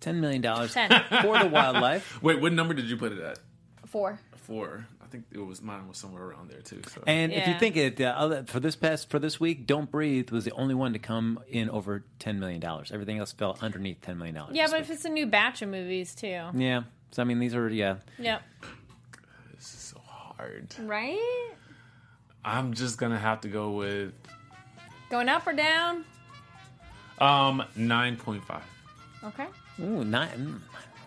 Speaker 1: ten million dollars
Speaker 3: Ten.
Speaker 1: *laughs* for the
Speaker 3: *laughs*
Speaker 1: wildlife.
Speaker 4: Wait, what number did you put it at?
Speaker 3: Four.
Speaker 4: Four. I think it was mine was somewhere around there too. So.
Speaker 1: And if you
Speaker 3: Yeah.
Speaker 1: think it uh, other- for this past for this week, "Don't Breathe" was the only one to come in over ten million dollars. Everything else fell underneath ten million dollars.
Speaker 3: Yeah, but if it's a new batch of movies too.
Speaker 1: yeah. So I mean, these are yeah.
Speaker 3: Yep.
Speaker 4: this is so hard.
Speaker 3: Right?
Speaker 4: I'm just gonna have to go with
Speaker 3: Going up or down?
Speaker 4: um 9.5.
Speaker 3: Okay.
Speaker 1: Ooh, not. Mm,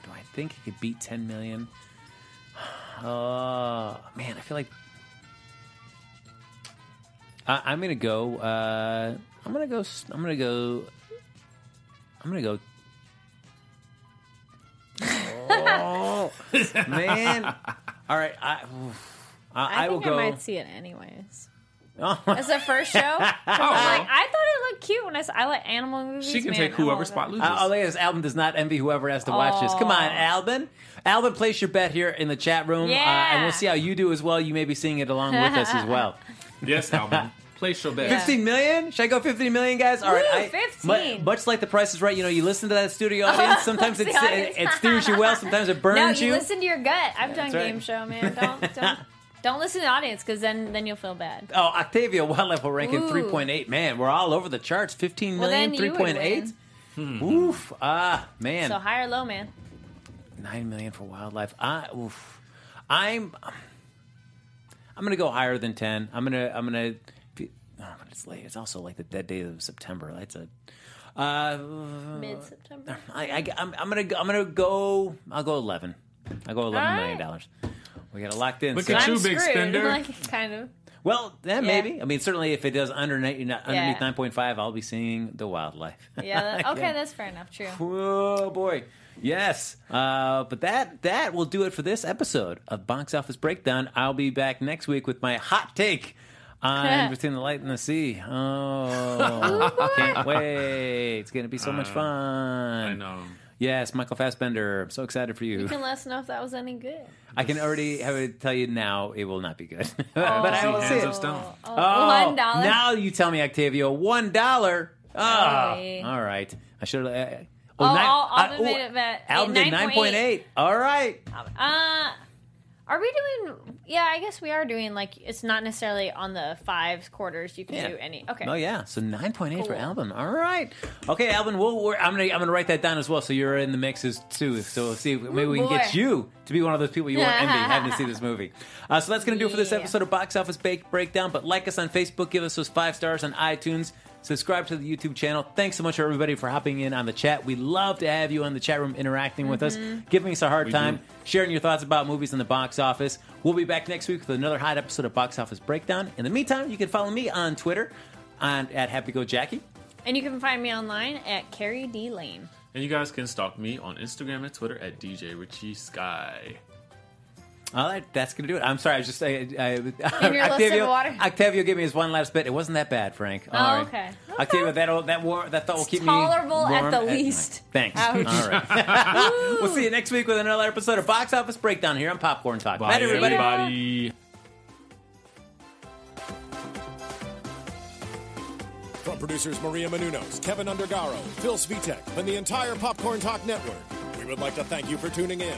Speaker 1: do I think it could beat ten million? *sighs* Oh man, I feel like I, I'm gonna go. Uh, I'm gonna go. s- I'm gonna go. I'm gonna
Speaker 3: *laughs*
Speaker 1: go. Oh man! All right, I. oof. I,
Speaker 3: I,
Speaker 1: I will
Speaker 3: think
Speaker 1: go.
Speaker 3: I might see it anyways.
Speaker 1: Oh, *laughs*
Speaker 3: It's the first show. 'Cause I'm like, I thought it looked cute when I saw. I like animal movies.
Speaker 4: Oh, She can
Speaker 3: man,
Speaker 4: take
Speaker 3: I'm all
Speaker 4: whoever
Speaker 3: about
Speaker 4: spot
Speaker 3: it.
Speaker 4: loses.
Speaker 1: Uh, oh, look at this. Alvin does not envy whoever has to watch this. Come on, Alvin. Alvin, place your bet here in the chat room.
Speaker 3: Yeah.
Speaker 1: Uh, and we'll see how you do as well. You may be seeing it along with us as well.
Speaker 4: yes,
Speaker 1: *laughs*
Speaker 4: Alvin. Place your bet.
Speaker 3: *laughs* Yeah.
Speaker 1: 15 million? Should I go 15 million, guys? All right.
Speaker 3: Woo, Oh,
Speaker 1: I-
Speaker 3: 15.
Speaker 1: mu- much like The Price is Right, you know, you listen to that
Speaker 3: *laughs*
Speaker 1: studio audience. Sometimes it,
Speaker 3: The
Speaker 1: it,
Speaker 3: audience.
Speaker 1: it steers you well, sometimes it burns
Speaker 3: *laughs* no, you, listen to your gut. I've done
Speaker 1: right.
Speaker 3: game show, man. Don't don't, don't listen to the audience because then then you'll feel bad.
Speaker 1: Oh, Octavia Wildlife will rank in
Speaker 3: Ooh.
Speaker 1: 3.8. Man, we're all over the charts. 15
Speaker 3: Well,
Speaker 1: million,
Speaker 3: then you would
Speaker 1: 3.8. Oof. Ah, man.
Speaker 3: So high or low, man.
Speaker 1: Nine million for wildlife. I, oof. I'm, I'm gonna go higher than ten. I'm gonna, I'm gonna. Be, oh, but it's late. It's also like the dead day of September. That's a. Uh,
Speaker 3: Mid September.
Speaker 1: I, I, I'm, I'm gonna, go- I'm gonna go. I'll go eleven. I'll go eleven
Speaker 3: right.
Speaker 1: million dollars. We got it locked in.
Speaker 4: Look
Speaker 1: so-
Speaker 4: at
Speaker 3: I'm
Speaker 4: you, big
Speaker 3: screwed.
Speaker 4: spender.
Speaker 3: Like kind of.
Speaker 1: well, yeah,
Speaker 3: Yeah.
Speaker 1: maybe. I mean, certainly if it does under ni- underneath
Speaker 3: Yeah.
Speaker 1: nine point five, I'll be seeing the wildlife.
Speaker 3: Yeah.
Speaker 1: *laughs*
Speaker 3: That, okay,
Speaker 1: Yeah.
Speaker 3: that's fair enough. True.
Speaker 1: Oh boy. Yes. Uh, but that that will do it for this episode of Box Office Breakdown. I'll be back next week with my hot take on Between the Light and the Sea. Oh, can't wait. It's going to be so much fun.
Speaker 4: Uh, I know.
Speaker 1: Yes, Michael Fassbender. I'm so excited for
Speaker 3: You *laughs*
Speaker 1: you.
Speaker 3: can let us know if that was any good.
Speaker 1: I can already have it tell you now it will not be good. *laughs* but I will
Speaker 4: Hands
Speaker 1: see it.
Speaker 4: of stone.
Speaker 3: Oh, one dollar.
Speaker 1: Now you tell me, Octavia, one dollar. Ah,
Speaker 3: Golly.
Speaker 1: all right. I should. Uh,
Speaker 3: Oh,
Speaker 1: nine-
Speaker 3: Al-
Speaker 1: I-
Speaker 3: Alvin made it that-
Speaker 1: Alvin
Speaker 3: eh,
Speaker 1: did nine point
Speaker 3: 9.8.
Speaker 1: eight. All right.
Speaker 3: Uh, are we doing? Yeah, I guess we are doing. Like, it's not necessarily on the fives quarters. You can
Speaker 1: Yeah.
Speaker 3: do any. Okay.
Speaker 1: Oh yeah. So nine point eight for
Speaker 3: Cool.
Speaker 1: Alvin. All right. Okay, Alvin. We'll, we're, I'm gonna I'm gonna write that down as well. So you're in the mixes too. So we'll see. if- Maybe we can
Speaker 3: boy.
Speaker 1: get you to be one of those people you want envy having to see this movie. Uh, so that's gonna do it for this
Speaker 3: Yeah.
Speaker 1: episode of Box Office Bake Breakdown. But like us on Facebook, give us those five stars on iTunes. Subscribe to the YouTube channel. Thanks so much, for everybody, for hopping in on the chat. We love to have you on the chat room interacting with us, giving us a hard time,
Speaker 4: do.
Speaker 1: sharing your thoughts about movies in the box office. We'll be back next week with another hot episode of Box Office Breakdown. In the meantime, you can follow me on Twitter on, at Happy Go Jackie.
Speaker 3: And you can find me online at Carrie D Lane.
Speaker 4: And you guys can stalk me on Instagram and Twitter at DJ Richie Sky.
Speaker 1: All right, that's gonna do it. I'm sorry, I was just I, I,
Speaker 3: your list of
Speaker 1: *laughs* Octavio,
Speaker 3: water? Oh,
Speaker 1: Octavio gave me his one last bit. It wasn't that bad, Frank. All right.
Speaker 3: okay.
Speaker 1: Octavio, that that war that thought will
Speaker 3: It's
Speaker 1: keep
Speaker 3: tolerable
Speaker 1: me
Speaker 3: at
Speaker 1: warm
Speaker 3: the
Speaker 1: night.
Speaker 3: least.
Speaker 1: Thanks.
Speaker 3: Ouch.
Speaker 1: All right, we'll see you next week with another episode of Box Office Breakdown here on Popcorn Talk.
Speaker 4: Bye,
Speaker 1: Night, everybody.
Speaker 4: everybody.
Speaker 2: From producers Maria Menunos, Kevin Undergaro, Phil Svitek, and the entire Popcorn Talk Network, we would like to thank you for tuning in.